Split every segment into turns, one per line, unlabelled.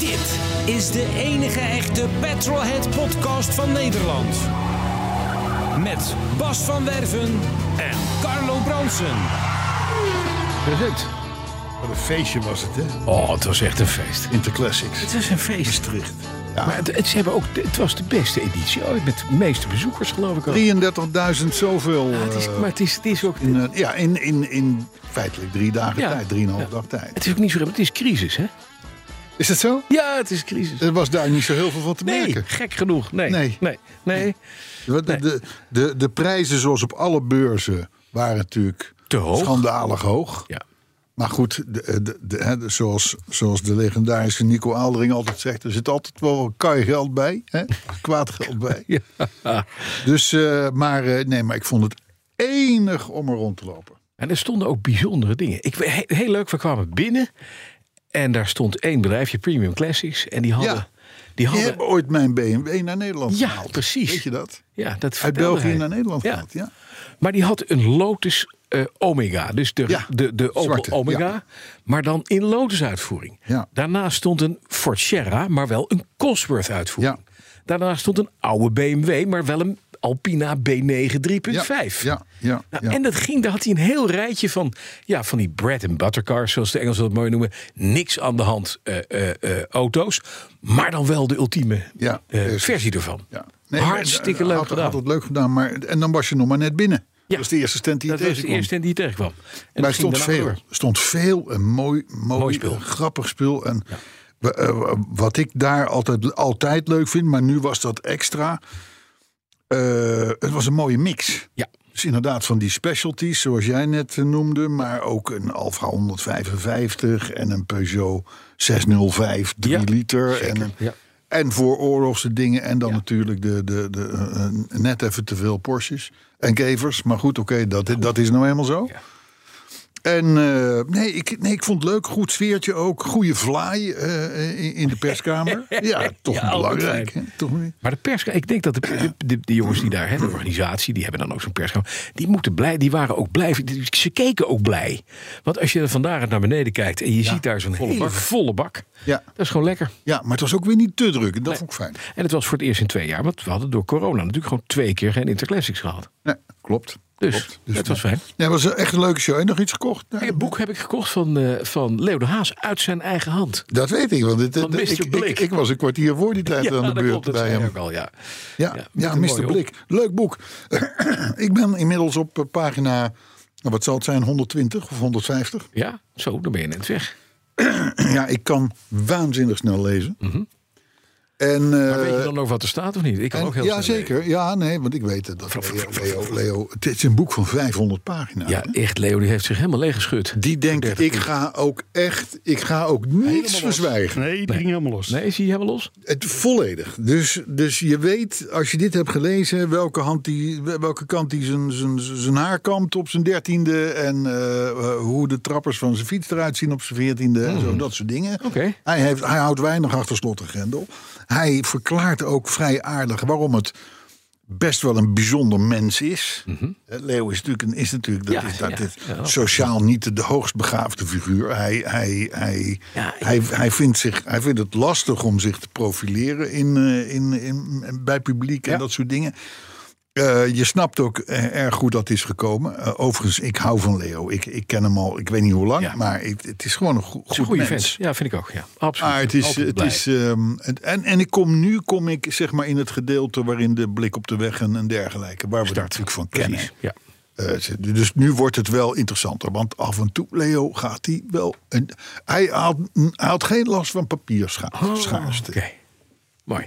Dit is de enige echte Petrolhead podcast van Nederland. Met Bas van Werven en Carlo Bronsen.
Dat is het. Wat een feestje was het, hè?
Oh, het was echt een feest.
Interclassics.
Het was een feest.
Maastricht.
Maar het, het- ze hebben ook, het was de beste editie ooit. Met de meeste bezoekers, geloof ik ook.
33.000 zoveel.
Ja, het is,
eh,
maar het is, het is ook...
in, eh, ja, in, in, in feitelijk drie dagen
Ja.
tijd, drieënhalf
Ja.
dag tijd.
Het is ook niet zo... Het is crisis, hè?
Is dat zo?
Ja, het is crisis.
Er was daar niet zo heel veel van te
Nee,
merken.
gek genoeg. Nee.
Nee.
Nee. Nee.
Wat- De, de, de, de prijzen, zoals op alle beurzen, waren natuurlijk
Te hoog.
schandalig hoog.
Ja.
Maar goed, de, de, de- hè, de- zoals, zoals de legendarische Nico Aaldering altijd zegt, er zit altijd wel wat kaai geld bij, hè? kwaad geld bij.
Ja.
Dus, eh, maar, eh, nee, maar ik vond het enig om er rond te lopen.
En er stonden ook bijzondere dingen. Ik, he- heel leuk, we kwamen binnen. En daar stond één bedrijfje, Premium Classics. En die hadden...
Ja.
Die
Die
hadden
hebben ooit mijn BMW naar Nederland
Ja,
gehaald.
precies.
Weet je dat?
ja, dat
Uit
vertelde
België
hij.
naar Nederland
Ja.
gehaald, ja.
Maar die had een Lotus eh, Omega. Dus de,
Ja,
de, de Opel
zwarte,
Omega.
ja.
Maar dan in Lotus uitvoering.
Ja.
Daarnaast stond een Ford Sierra, maar wel een Cosworth uitvoering.
Ja.
Daarnaast stond een oude BMW, maar wel een Alpina B9 3.5.
Ja, ja, ja,
Nou,
ja.
En dat ging, daar had hij een heel rijtje van, ja, van die bread and butter cars, zoals de Engelsen dat mooi noemen. Niks aan de hand eh, eh, eh, auto's, maar dan wel de ultieme
Ja,
eh,
precies.
versie ervan.
ja.
Hartstikke
had,
leuk
had,
gedaan.
het leuk gedaan, maar en dan was je nog maar net binnen.
Ja.
Dat was de eerste stand die je
Dat was de
tegenkwam.
eerste en die tegenkwam. En
Maar
dat
er stond
ging daarna
veel,
door.
er stond veel en mooi, mooi,
Mooi spul.
eh, grappig spul. En we- eh, wat ik daar altijd, altijd leuk vind, maar nu was dat extra. eh, het was een mooie mix.
Ja.
Dus inderdaad van die specialties, zoals jij net eh, noemde, maar ook een Alfa 155 en een Peugeot 605 3
Ja,
liter. En, een-
ja.
en voor oorlogse dingen en dan
Ja.
natuurlijk de, de, de, eh, eh, net even te veel Porsches en Kevers. Maar goed, oké, dat, dat is nou eenmaal zo.
Ja.
En eh, nee, ik, nee, ik vond het leuk. Goed sfeertje ook. Goede vlaai eh, in, in de perskamer. ja, toch
Ja, altijd
belangrijk. Hè? Toch niet?
Maar de pers, ik denk dat de, de, de- de jongens die daar, hè, de organisatie, die hebben dan ook zo'n perskamer. Die moeten blij, die waren ook blij. die- Ze keken ook blij. Want als je er vandaag naar beneden kijkt en je ziet daar zo'n hele volle bak,
Ja.
dat is gewoon lekker.
Ja, maar het was ook weer niet te druk. En dat vond ik fijn.
En het was voor het eerst in twee jaar, want we hadden door corona natuurlijk gewoon twee keer geen interclassics gehad.
Nee, klopt.
Dus,
klopt.
dat was fijn.
Nee, het was echt een leuke show. Heb je nog iets gekocht? Nou,
Een boek heb ik gekocht van, eh, van Leo de Haas uit zijn eigen hand.
Dat weet ik, want dit-
Van
dit-
Mr.
ik, ik,
Blik.
ik was een kwartier voor die tijd aan de
dat
beurt
klopt, dat
bij
zei
hem.
hij ook al, ja.
Ja,
Ja,
ja,
met een
Mr.
mooie
Blik. Leuk boek. ik ben inmiddels op eh, pagina, nou, wat zal het zijn, 120 of 150.
Ja, zo, dan ben je net weg.
Ja, ik kan waanzinnig snel lezen. En, eh,
Mhm. Maar weet je dan ook wat er staat of niet? Ik kan
en-
ook heel
ja,
snel
zeker. Ja, nee, want ik weet het. Dat Leo, Leo, Leo, het is een boek van 500 pagina's.
Ja,
hè?
echt, Leo die heeft zich helemaal leeggeschud.
Die denkt, ik ga ook echt, ik ga ook niets verzwijgen.
Nee, die ging helemaal los.
Nee, is hij helemaal los?
Het, volledig. Dus, dus je weet, als je dit hebt gelezen, welke, hand die, welke kant hij zijn, zijn, zijn haar kampt op zijn dertiende. En eh, eh, hoe de trappers van zijn fiets eruit zien op zijn veertiende. En zo, dat soort dingen.
Hmm. Oké.
Hij, heeft, hij houdt weinig achter slot en grendel. Hij verklaart ook vrij aardig waarom het best wel een bijzonder mens is. Eh, Leo is natuurlijk, een- is natuurlijk dat
Mhm. Ja,
is, dat
ja,
is
ja.
sociaal niet de, de hoogst begaafde figuur. Hij, hij, hij,
Ja, ik-
hij, hij, vindt zich, hij vindt het lastig om zich te profileren in, eh, in, in, bij publiek en dat soort dingen. Eh, je snapt ook eh, erg goed dat het is gekomen. Eh, overigens, ik hou van Leo. Ik, ik ken hem al, ik weet niet hoe lang,
Ja.
maar ik- het is gewoon een go-
Is
goed
een goede
mens.
vent. Ja, vind ik ook. Ja, absoluut.
Ah, het is,
Altijd
het
blij.
is, ehm, het- en, en ik kom nu kom ik, zeg maar, in het gedeelte waarin de blik op de weg en, en dergelijke, waar we daar natuurlijk van kennen.
Precies, ja.
Eh, ze- dus nu wordt het wel interessanter. Want af en toe, Leo, gaat hij wel. een- hij, had, hij had geen last van papierschaarste.
Oké. Mooi.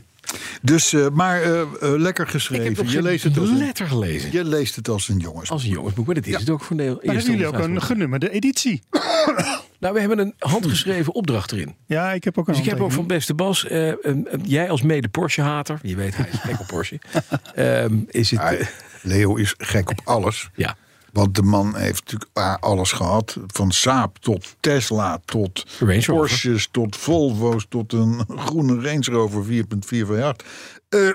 Dus, eh, maar eh, eh, lekker geschreven.
Ik heb nog
je, leest het als
geen Oh.
een,
letter gelezen.
je leest het als een jongens.
Als een jongensboek, maar dat is het ook voor Leo.
Maar hebben jullie ook een genummerde editie?
Nou, we hebben een handgeschreven opdracht erin.
Ja, ik heb ook een
Dus ik heb ook van
handtekening.
beste Bas, eh, een- een- jij als mede Porsche-hater, je weet hij is gek op Porsche, Ehm, is het... eh,
Hij- Leo is gek op alles.
ja,
Want de man heeft natuurlijk ah, alles gehad. Van Saab tot Tesla tot
Range Rover.
Porsches tot Volvo's tot een groene Range Rover 4.4 miljard. Eh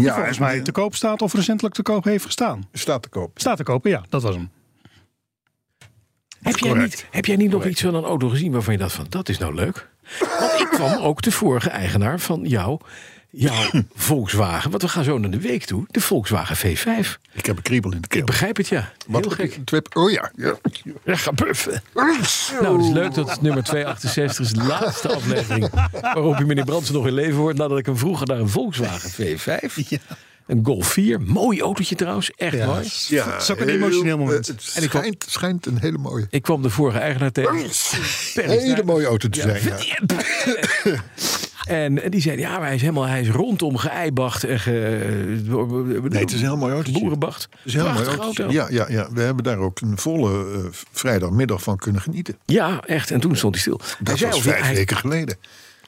ja,
Volgens mij te koop staat of recentelijk te koop heeft gestaan.
staat te koop.
Staat te kopen, ja, dat was hem.
Heb jij, niet, heb jij niet nog iets van een auto gezien waarvan je dacht van dat is nou leuk? Want ik kwam ook de vorige eigenaar van jou, jouw Volkswagen. Want we gaan zo naar de week toe. De Volkswagen V5.
Ik heb een kriebel in de keel.
Ik begrijp het, ja. Heel gek.
Twip, oh ja. ja.
Ja, ga buffen. Nou, het is leuk dat het nummer 268 is de laatste aflevering... waarop je meneer Brandsen nog in leven hoort... nadat ik hem vroeger naar een Volkswagen V5. Een Golf 4. Mooi autootje trouwens. Echt mooi.
ja
is ook een emotioneel moment.
eh, Het schijnt, schijnt een hele mooie,
Ik kwam de vorige eigenaar tegen. Perry
hele mooie auto te zijn. ja.
En die zei, ja, maar hij is helemaal hij is rondom geëibacht en ge...
Nee, het is een heel mooi autootje.
Boerenbacht. Het
Het is een heel mooi autootje. Ja, ja, ja, we hebben daar ook een volle eh, vrijdagmiddag van kunnen genieten.
Ja, echt. En toen stond hij stil. hij
Dat
zei
was
al, ja,
vijf
hij-
weken geleden.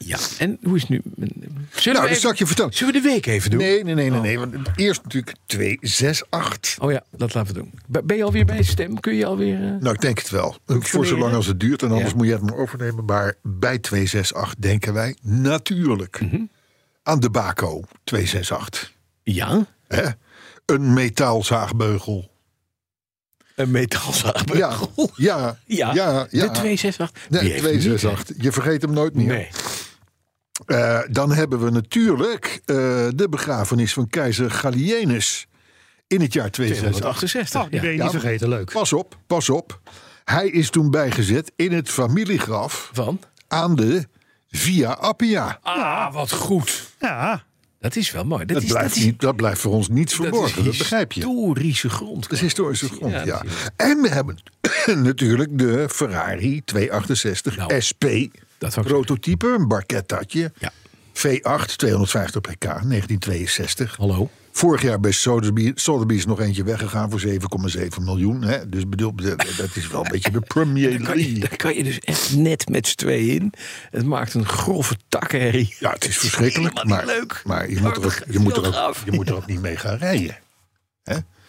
Ja, en hoe is het nu? Zullen,
Nou,
we
dat zal
even,
ik je vertellen. Oh.
zullen we de week even doen?
Nee, nee, nee, nee. nee want eerst natuurlijk 2, 6, 8.
Oh ja, dat laten we doen. Ben- Ben je alweer bij stem? Kun je alweer... eh,
Nou, ik denk het wel. Voor zolang als het duurt. En anders moet je het maar overnemen. Maar bij 268 denken wij natuurlijk aan de Baco 268.
Ja,
Hè? Een metaalzaagbeugel.
een metaalzaag.
Ja, ja, ja. ja,
De 268.
Nee,
Wie heeft hem niet?
268. Je vergeet hem nooit meer.
Nee.
Eh, dan hebben we natuurlijk eh, de begrafenis van keizer Gallienus in het jaar 268.
268.
Oh, die
ja.
ben je
Ja.
niet vergeten. Leuk.
Pas op, pas op. Hij is toen bijgezet in het familiegraf
Van?
aan de Via Appia.
Ah, wat goed.
Ja,
Dat is wel mooi. Dat,
Dat
is,
blijft,
dat is,
niet, dat blijft voor ons niets verborgen, dat, begrijp je. Dat
Historische grond.
is historische grond, ja.
natuurlijk.
En we hebben natuurlijk de Ferrari 268
Nou,
SP.
dat wou ik
prototype, een barquettatje.
Ja.
V8, 250 pk, 1962.
Hallo.
Vorig jaar bij Sotheby- Sotheby's nog eentje weggegaan voor 7,7 miljoen. Hè? Dus bedoel, dat dat is wel een beetje de Premier
Kan je,
League.
daar kan je dus echt net met z'n tweeën in. Het maakt een grove takkenherrie.
Ja, het is verschrikkelijk.
helemaal
Maar,
niet leuk.
maar je, moet er ook, je, moet er ook, je moet er ook niet mee gaan rijden.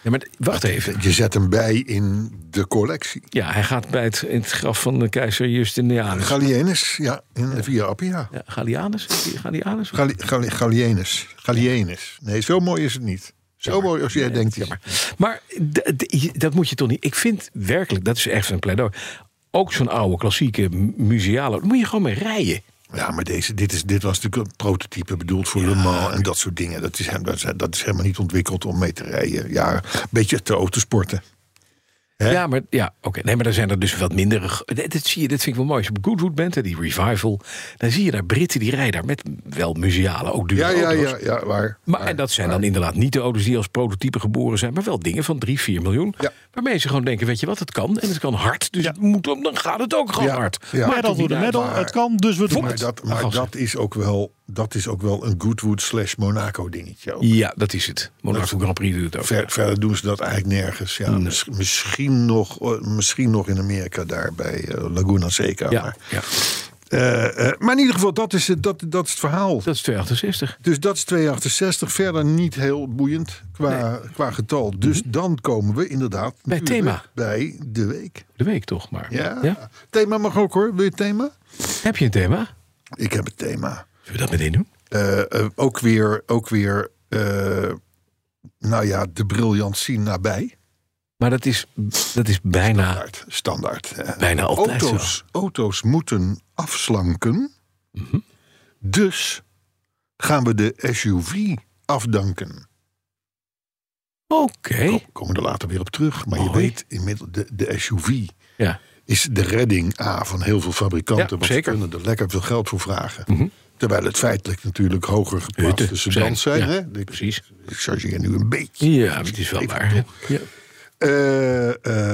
Ja, maar wacht even.
Je zet hem bij in de collectie.
Ja, hij gaat bij het, in het graf van de keizer Justinianus.
Gallienus, ja, in, via Appia.
Ja, Gallianus? Gallianus?
Galli- Galli- Gallienus. Gallienus. Nee, zo mooi is het niet. Zo mooi als jij denkt. Jammer.
Maar d- d- dat moet je toch niet... Ik vind werkelijk, dat is echt een pleidooi... Ook zo'n oude klassieke mu- museale... daar moet je gewoon mee rijden.
Ja, maar deze, dit, is, dit was natuurlijk een prototype bedoeld voor Le Mans en dat soort dingen. Dat is, hem- dat, is, dat is helemaal niet ontwikkeld om mee te rijden. Ja, een beetje te autosporten. Hè?
Ja, maar, ja, oké. Nee, maar er zijn er dus wat mindere... g- Dat, dat zie je, dat vind ik wel mooi. Als je op Goodwood bent, hè, die revival... dan zie je daar Britten die rijden daar met wel museale, ook dure
Ja, ja,
auto's.
ja, ja, waar.
Maar, en dat zijn dan inderdaad niet de auto's die als prototype geboren zijn... maar wel dingen van 3, 4 miljoen.
Ja.
Waarmee ze gewoon denken, weet je wat, het kan. En het kan hard, dus het moet, dan gaat het ook gewoon
Ja,
hard.
ja.
Maakt het
medal door
niet
de
uit.
medal.
maar-
Het kan, dus we doen
Maar,
het.
dat, maar dat, is ook wel, dat is ook wel een Goodwood slash Monaco dingetje. ook.
Ja, dat is het. Monaco Grand Prix doet het ook.
Ver- verder doen ze dat eigenlijk nergens. Ja, mis- misschien, nog, eh, misschien nog in Amerika daar bij eh, Laguna Seca.
Ja,
Maar,
ja,
eh, eh, maar in ieder geval, dat is, het- dat, dat is het verhaal.
dat is 268.
Dus dat is 268. Verder niet heel boeiend qua, qua getal. Dus dan komen we inderdaad
Bij
natuurlijk
thema.
bij de week.
De week toch maar.
Ja. Thema mag ook hoor. Wil je het thema?
Heb je een thema? Zullen
Ik heb het thema.
we dat meteen doen?
Eh, eh, ook weer, ook weer eh, nou ja, de briljant zien nabij.
Maar dat is, dat is bijna,
Standaard. standaard eh.
bijna altijd zo.
auto's, auto's moeten afslanken. Mhm. Dus gaan we de SUV afdanken.
Oké.
Kom- komen we er later weer op terug. Maar je
Mooi.
weet inmiddels, de, de SUV
Ja.
is de redding A van heel veel fabrikanten.
Ja,
want
zeker.
ze kunnen er lekker veel geld voor vragen.
Mhm.
Terwijl het feitelijk natuurlijk hoger geplaatste
Hutten
sedans zijn.
zijn, ja,
hè? Ik,
precies.
Ik chargeer nu een beetje.
Ja, het is wel
Even
waar. hè? Ja.
Eh,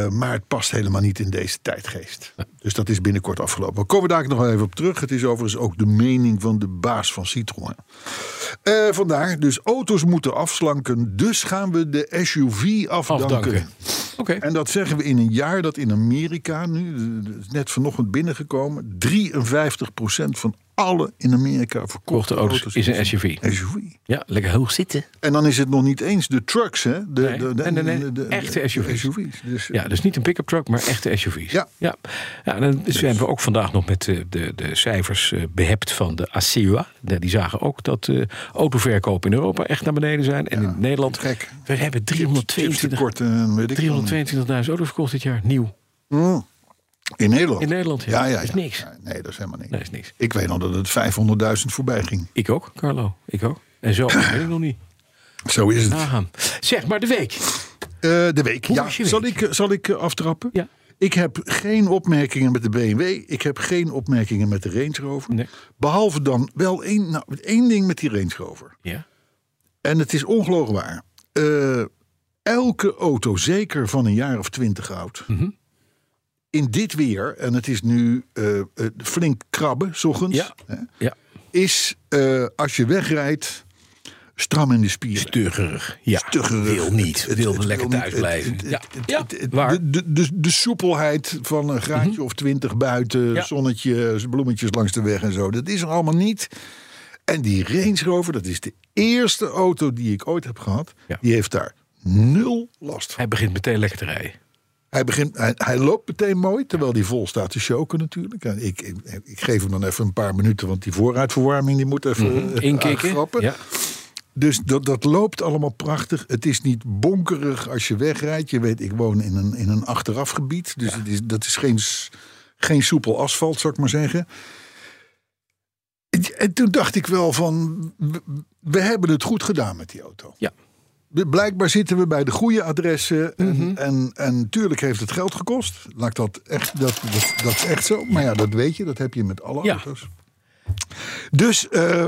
eh, maar het past helemaal niet in deze tijdgeest. Dus dat is binnenkort afgelopen. We komen daar eigenlijk nog wel even op terug. Het is overigens ook de mening van de baas van Citroën. Eh, vandaar, dus auto's moeten afslanken. Dus gaan we de SUV
Afdanken.
afdanken.
Oké.
En dat zeggen we in een jaar dat in Amerika, nu eh, is net vanochtend binnengekomen, 53% van alle in Amerika verkochte
Kochte
auto's,
auto's is een SUV.
SUV.
Ja, lekker hoog zitten.
En dan is het nog niet eens de trucks, hè? De,
Nee, nee, nee, nee, echte SUV's.
SUV's. Dus,
Ja, dus niet een pick-up truck, maar echte SUV's.
Ja.
ja. Ja, en dan zijn we ook vandaag nog met eh, de, de cijfers eh, behept van de ASEUA. Ja, Die zagen ook dat eh autoverkoop in Europa echt naar beneden zijn. En in Nederland.
gek.
We hebben
Chips
322
tekort en eh, weet ik
322.000 auto's verkocht dit jaar, nieuw.
veel. Mm. In Nederland?
In Nederland, ja.
Ja, ja,
Dat is
ja.
niks.
Ja, nee, dat is helemaal niks.
Nee, is niks.
Ik weet nog dat het 500.000 voorbij ging.
Ik ook, Carlo. Ik ook. En zo, dat weet ik nog niet.
Zo is het.
Nagaan. Zeg maar de week.
Eh, de week.
Hoe
ja.
was je
Zal,
week?
ik, eh, zal ik eh, aftrappen?
Ja.
Ik heb geen opmerkingen met de BMW. Ik heb geen opmerkingen met de Range Rover.
Nee.
Behalve dan wel één, nou, één ding met die Range Rover.
Ja.
En het is ongelooflijk waar. Eh, elke auto, zeker van een jaar of twintig oud...
Mhm.
in dit weer, en het is nu eh, eh, flink krabben, s ochtends...
Ja.
hè,
Ja.
is eh, als je wegrijdt stram in de spieren.
Stuggerig. Ja.
Stuggerig.
Wil niet.
Het-
wil
het
lekker
wil
thuis
niet.
blijven.
Het- het-
ja.
het-
ja.
het- het-
Waar? Mhm.
De, de, de, de soepelheid van een graadje of twintig buiten,
Ja.
zonnetje, bloemetjes langs de weg en zo. Dat is er allemaal niet. En die Range Rover, dat is de eerste auto die ik ooit heb gehad.
Ja.
Die heeft daar nul last van.
Hij begint meteen lekker te rijden.
Hij, begint, hij, hij loopt meteen mooi, terwijl die vol staat te choken natuurlijk. En ik, ik, ik geef hem dan even een paar minuten, want die vooruitverwarming die moet even eh,
Mhm. Inkikken.
aangrappen.
Ja.
Dus dat, dat loopt allemaal prachtig. Het is niet bonkerig als je wegrijdt. Je weet, ik woon in een, in een achterafgebied. Dus het is, dat is geen, s- geen soepel asfalt, zou ik maar zeggen. En- En toen dacht ik wel van, we, we hebben het goed gedaan met die auto.
Ja.
We- Blijkbaar zitten we bij de goede adressen. En, en, en natuurlijk heeft het geld gekost. Laat ik dat, echt, dat, dat, dat is echt zo. Maar ja, dat weet je. Dat heb je met alle
Ja.
auto's. Dus eh,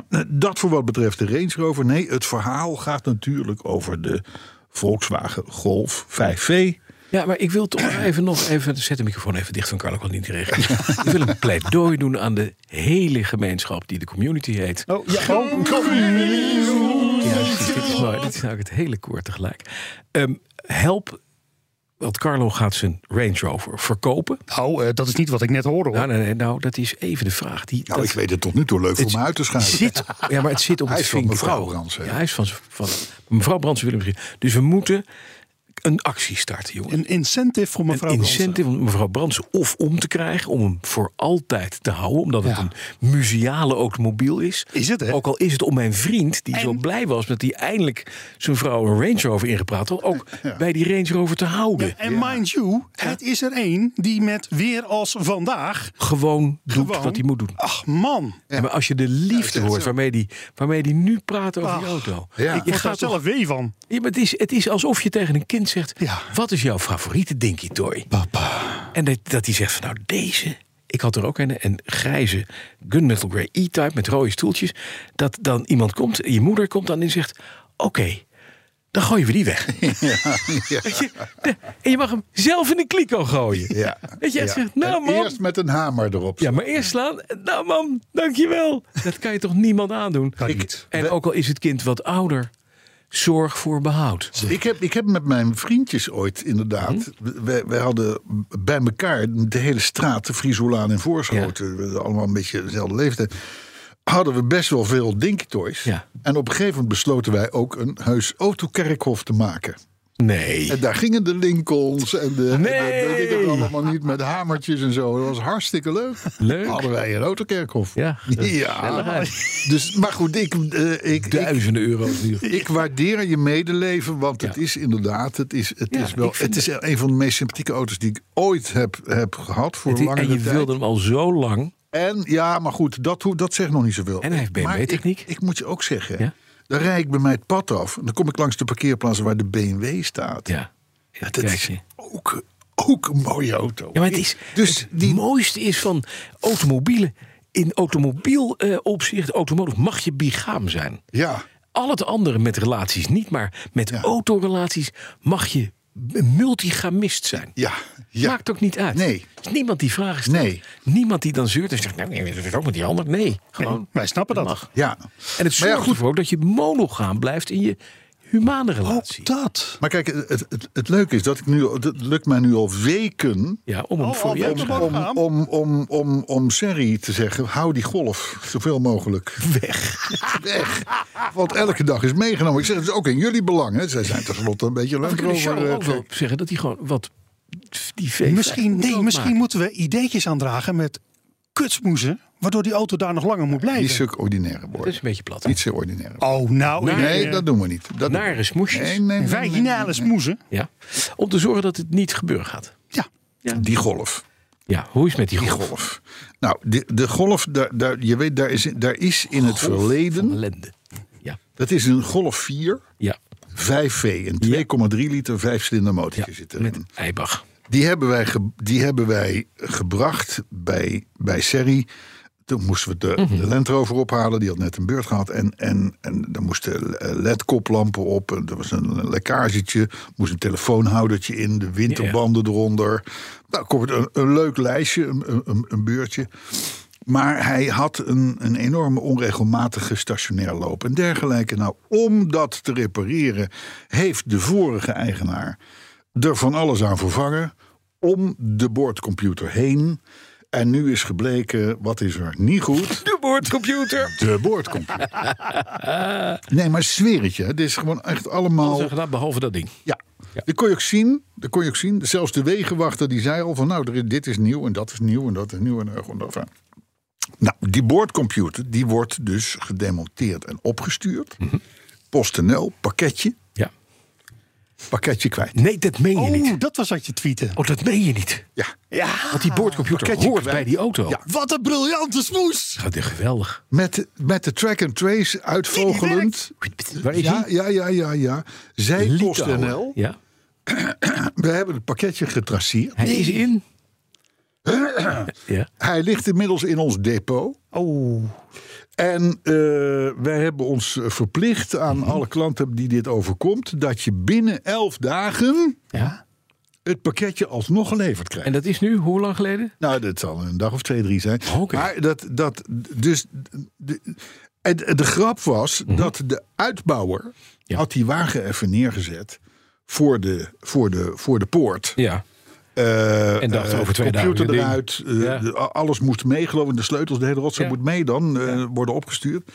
dat voor wat betreft de Range Rover. Nee, het verhaal gaat natuurlijk over de Volkswagen Golf 5V.
Ja, maar ik wil toch even nog even. Zet de microfoon even dicht van Carlo, kan niet reageren. ik wil een pleidooi doen aan de hele gemeenschap die de community heet.
Oh, ja, oh,
Ja, precies, dit is mooi. Dit is eigenlijk het hele koor tegelijk. Ehm, help, want Carlo gaat zijn Range Rover verkopen.
Nou, eh, dat is niet wat ik net hoorde. Hoor.
Nou, nee, nee, nou dat is even de vraag. Die,
Nou,
dat
ik weet het tot nu toe leuk voor me uit te schuiven.
zit, ja, maar het zit op
Hij
het
is van
vinkertouw.
mevrouw Brandsen.
Ja, hij is van, van mevrouw Brandsen Willem misschien. Dus we moeten een actie starten, jongens.
Een incentive voor mevrouw
een
Brandsen.
incentive om mevrouw Brandsen of om te krijgen, om hem voor altijd te houden, omdat het
Ja.
een museale automobiel is.
Is het, hè?
Ook al is het om mijn vriend, die zo blij was dat hij eindelijk zijn vrouw een Range Rover ingepraat had, ook bij die Range Rover te houden.
En mind you, het is er één die met weer als vandaag.
Gewoon doet
Gewoon.
wat hij moet doen.
Ach man,
En Maar als je de liefde
zo.
hoort waarmee die, waarmee die nu praat over die
Ach,
auto.
ja.
ik
Je
word daar
gaat toch-
zelf wee van.
Ja, maar het, is, het is alsof je tegen een kind zegt:
Ja.
Wat is jouw favoriete Dinky Toy?
Papa.
En dat, dat die zegt: van, Nou, deze. Ik had er ook een, een grijze gunmetal grey E-type met rode stoeltjes. Dat dan iemand komt, je moeder komt dan en zegt: Oké, dan gooien we die weg. Weet je? De- En je mag hem zelf in een kliko gooien.
Ja.
Weet je, hij
Ja.
zegt: Nou,
En
man.
Eerst met een hamer erop.
Ja, maar eerst slaan. Nou, man, dankjewel. Dat kan je toch niemand aandoen?
Kan niet.
En ook al is het kind wat ouder, zorg voor behoud.
Ik heb, ik heb met mijn vriendjes ooit
Hm?
inderdaad. Wij, wij hadden bij elkaar de hele straat, de Friesolaan en Voorschoten. we hadden Allemaal een beetje dezelfde leeftijd. Hadden we best wel veel Dinktoys.
Ja.
En op een gegeven moment besloten wij ook een heus autokerkhof te maken.
Nee.
En daar gingen de Lincolns en de.
Nee.
en de- weet ik het allemaal niet met hamertjes en zo. Dat was hartstikke leuk.
Leuk.
Hadden wij een autokerkhof.
Ja.
ja. Dus, maar goed, ik, eh, ik, ik,
Duizenden euro's nu.
ik waardeer je medeleven, want het
Ja.
is inderdaad, het is, het
Ja,
is wel,
ik vind
het is een van de meest sympathieke auto's die ik ooit heb, heb gehad voor
Het is-
langere
en je
tijd.
wilde hem al zo lang.
En ja, maar goed, dat, hoe- dat zegt nog niet zoveel.
En hij heeft
Maar ik-
BMW-techniek.
Ik, moet je ook zeggen,
Ja?
dan rijd ik bij mij het pad af en dan kom ik langs de parkeerplaats waar de BMW staat.
Ja. Ja,
Dat
kijk
is
je.
ook, ook een mooie auto.
ja maar het, is,
Dus
het
die-
mooiste is van automobielen. In automobiel eh, opzicht, automotive, mag je bigaam zijn.
Ja,
Al het andere met relaties niet, maar met
Ja.
autorelaties mag je een multigamist zijn.
ja, ja.
Maakt ook niet uit.
Nee.
Er is niemand die vragen stelt.
Nee.
Niemand die dan zeurt en zegt, nou, nee, dat is ook met die ander. Nee, gewoon.
Nee, wij snappen dat.
mag.
ja.
En het
Maar ja,
zorgt
goed.
ervoor ook dat je monogaam blijft in je humane relatie.
Oh,
Dat.
Maar kijk, het, het, het leuke is dat ik nu, het lukt mij nu al weken
Ja, om hem
Oh,
voor
oh,
je
oh,
uit te
oh,
gaan.
om, om, om, om, om Serri te zeggen, hou die golf zoveel mogelijk weg. weg. Want elke dag is meegenomen. Ik zeg, het is ook in jullie belang. Hè. Zij zijn tenslotte een beetje
We
Land
kunnen Charles
Rover,
ook
eh,
wel zeggen dat hij gewoon wat die v
Misschien, nee, misschien moeten we ideetjes aandragen met kutsmoezen, waardoor die auto daar nog langer moet
Niet
blijven.
zo ordinair
Dat is
worden.
een beetje plat. hè?
Niet zo ordinair.
Oh, nou,
Nee,
ik-
Nee,
eh,
dat doen we niet. Dat doen we
Nare
niet.
smoesjes.
Nee, nee, nee, nee, nee,
vaginale smoezen.
Ja. Om te zorgen dat het niet gebeuren gaat.
Ja.
nee. Die golf.
Ja, hoe is het met die
Die
golf?
golf. Nou, de, de golf, daar, daar, je weet, daar is, daar is in het
Golf
verleden.
van ellende. Ja,
Dat is een golf 4,
ja.
5V. Een 2,3 liter vijfcilinder motortje
ja.
zit erin.
met Eibach.
Die hebben wij, ge- die hebben wij gebracht bij, bij Serri. Toen moesten we de, de Land Rover ophalen. Die had net een beurt gehad. En, en, en er moesten eh, LED-koplampen op. En er was een lekkagetje. moest een telefoonhoudertje in. De winterbanden eronder. Nou, komt een, een leuk lijstje. Een, een- een, een beurtje. Maar hij had een, een enorme onregelmatige stationair loop en dergelijke. Nou, om dat te repareren heeft de vorige eigenaar er van alles aan vervangen. Om de boordcomputer heen. En nu is gebleken, wat is er niet goed?
De boordcomputer.
De boordcomputer. Nee, maar sfeertje. Het is gewoon echt allemaal...
Gedaan, nou, behalve dat ding.
Ja. Dat kon je ook zien. Dat kon je ook zien. Zelfs de wegenwachter die zei al van nou, er is- dit is nieuw en dat is nieuw en dat is nieuw en eh, gewoon dat. eh. Nou, die boordcomputer die wordt dus gedemonteerd en opgestuurd.
Mhm.
PostNL, pakketje,
Ja.
pakketje kwijt.
Nee, dat meen je niet.
Oh, dat was wat je tweette.
Oh, dat meen je niet.
Ja.
Ja,
Want die boordcomputer
Ah. Pakketje
hoort
kwijt.
bij die auto.
Ja.
wat een briljante smoes.
Dat is geweldig.
Met, de- met de track and trace uitvogelend.
Waar is
Ja,
die?
ja, ja, ja, ja. Zij
Litouwen.
PostNL.
Ja.
We hebben het pakketje getraceerd.
Hij is in. ja.
Hij ligt inmiddels in ons depot.
Oh,
En eh, wij hebben ons eh, verplicht aan
Mhm.
alle klanten die dit overkomt... dat je binnen elf dagen
ja.
het pakketje alsnog geleverd krijgt.
En dat is nu, hoe lang geleden?
Nou, dat zal een dag of twee, drie zijn.
Oh, Oké.
Maar dat... dat dus, de, en de, grap was dat de uitbouwer
Mhm. Ja.
had die wagen even neergezet... Voor de, voor, de, voor de poort.
Ja.
Eh,
En dacht,
eh,
over twee dagen
computer
een ding.
eruit. eh,
Ja.
de- a- alles moest meegelopen. De sleutels, de hele rotzooi
Ja.
moet mee dan. eh, Worden opgestuurd.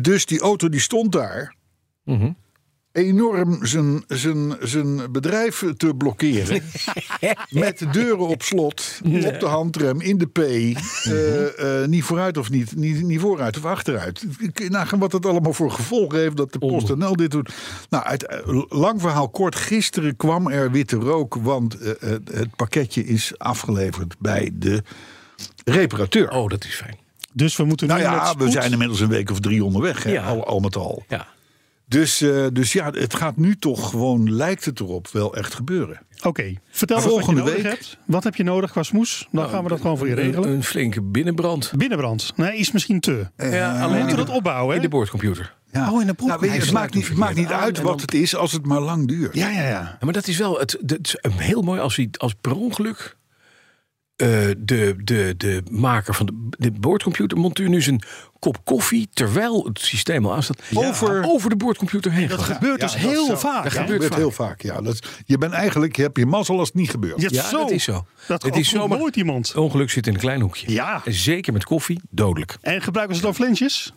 Dus die auto die stond daar.
Mhm.
Enorm zijn, zijn, zijn bedrijf te blokkeren. Met de deuren op slot. Op de handrem, in de P. eh, eh, niet vooruit of niet, niet. Niet vooruit of achteruit. Kun je nagaan wat dat allemaal voor gevolgen heeft. Dat de PostNL dit doet. Nou, uit, eh, lang verhaal kort. Gisteren kwam er witte rook. Want eh, eh, het pakketje is afgeleverd bij de reparateur.
Oh, dat is fijn.
dus we moeten nu
Nou
met
ja,
spoed-
we zijn inmiddels een week of drie onderweg, hè,
Ja.
al, al met al.
Ja.
Dus, eh, dus ja, het gaat nu toch gewoon, lijkt het erop, wel echt gebeuren.
Oké, vertel ons wat je
Volgende
nodig
week.
hebt. Wat heb je nodig qua smoes? Dan gaan we dat gewoon voor je
Een,
regelen.
een flinke binnenbrand.
Binnenbrand. Nee, is misschien te.
ja,
We
alleen
moeten
in
dat
de,
opbouwen,
in
hè?
de boordcomputer.
Ja.
Oh, en dan proef-
nou, weet je,
hij
het
sluit
maakt
hem
niet, het maakt niet
verkeerd aan
uit
en
wat
dan-
het is als het maar lang duurt.
Ja, ja, ja.
Ja, maar dat is wel het, dat is heel mooi als, hij- als per ongeluk eh, de, de, de maker van de, de boordcomputer montuur nu zijn kop koffie terwijl het systeem al aanstaat over, over de boordcomputer heen.
Dat
gaat.
gebeurt dus
dat
heel
zou-
vaak.
Dat
hè?
gebeurt
vaak.
heel vaak, ja. Dat, is- je bent eigenlijk, je hebt je mazzel als het niet gebeurt.
Je hebt
Ja, dat is zo.
Dat
Het is
overkomt
zomaar- Oh.
nooit iemand.
Het ongeluk zit in een klein hoekje.
Ja.
Zeker met koffie, dodelijk.
En gebruiken ze dan flensjes?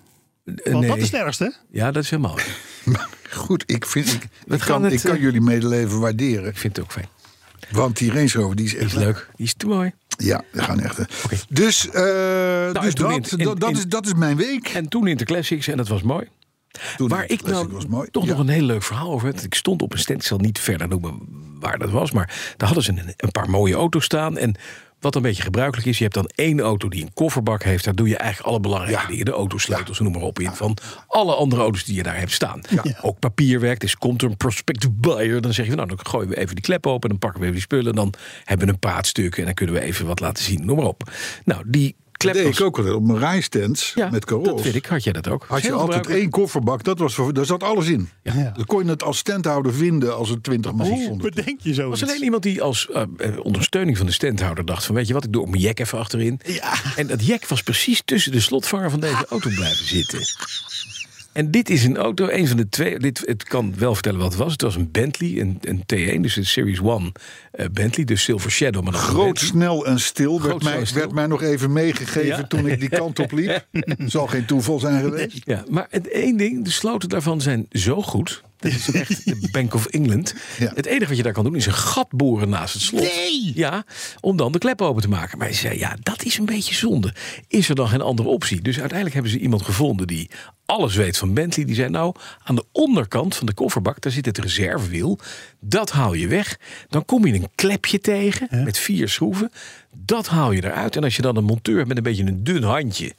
Eh,
Want
nee.
dat is het ergste.
Ja, dat is helemaal. ik
Goed, ik, vind, ik, ik,
gaan
kan,
het,
ik kan
eh,
jullie medeleven waarderen.
vind het ook fijn.
Want die Range Rover, die is
Dat
echt
is leuk. Die is te mooi.
Ja, we gaan echt. eh. Dus, eh, dus
toen
dat,
in- in-
dat, dat
in-
is, dat is mijn week.
En toen Interclassics en dat was mooi.
Toen
Waar
de
ik
plastic
nou
was mooi.
toch
Ja.
nog een heel leuk verhaal over heb. Ik stond op een stand, ik zal niet verder noemen waar dat was. Maar daar hadden ze een, een paar mooie auto's staan. En wat een beetje gebruikelijk is, je hebt dan één auto die een kofferbak heeft. Daar doe je eigenlijk alle belangrijke dingen. De autosleutels, noem maar op in. Van alle andere auto's die je daar hebt staan. Ook papierwerk, dus komt er een prospective buyer. Dan zeg je, van, nou dan gooien we even die klep open. Dan pakken we even die spullen. Dan hebben we een praatstuk en dan kunnen we even wat laten zien. Noem maar op. Nou, die klep
Dat deed
was-
ik ook altijd op mijn rijstands
Ja,
met
dat
Carols.
weet ik. Had jij dat ook?
Had je
Heel
altijd
gebruikelijk.
één kofferbak, dat was, voor- daar zat alles in.
Ja.
Dan kon je het als standhouder vinden als er twintig
Oh,
man stonden.
Bedenk je zo.
Er was alleen iemand die als eh, eh, ondersteuning van de standhouder dacht van... weet je wat, ik doe ook mijn jek even achterin. En dat jek was precies tussen de slotvanger van deze auto blijven zitten. En dit is een auto, een van de twee... Dit, het kan wel vertellen wat het was. Het was een Bentley, een, een T1, dus een Series 1 eh, Bentley. Dus Silver Shadow, maar dan een
Groot,
Bentley.
snel en stil, werd,
Groot, snel
mij,
en stil.
werd mij nog even meegegeven
Ja.
toen ik die kant op liep. Zal geen toeval zijn geweest.
Ja, maar het één ding, de sloten daarvan zijn zo goed. Dat is echt de Bank of England.
Ja.
Het enige wat je daar kan doen is een gat boren naast het slot.
Nee!
Ja, om dan de klep open te maken. Maar hij zei, ja, dat is een beetje zonde. Is er dan geen andere optie? Dus uiteindelijk hebben ze iemand gevonden die alles weet van Bentley, die zei nou, aan de onderkant van de kofferbak, daar zit het reservewiel. Dat haal je weg. Dan kom je een klepje tegen met vier schroeven. Dat haal je eruit. En als je dan een monteur hebt met een beetje een dun handje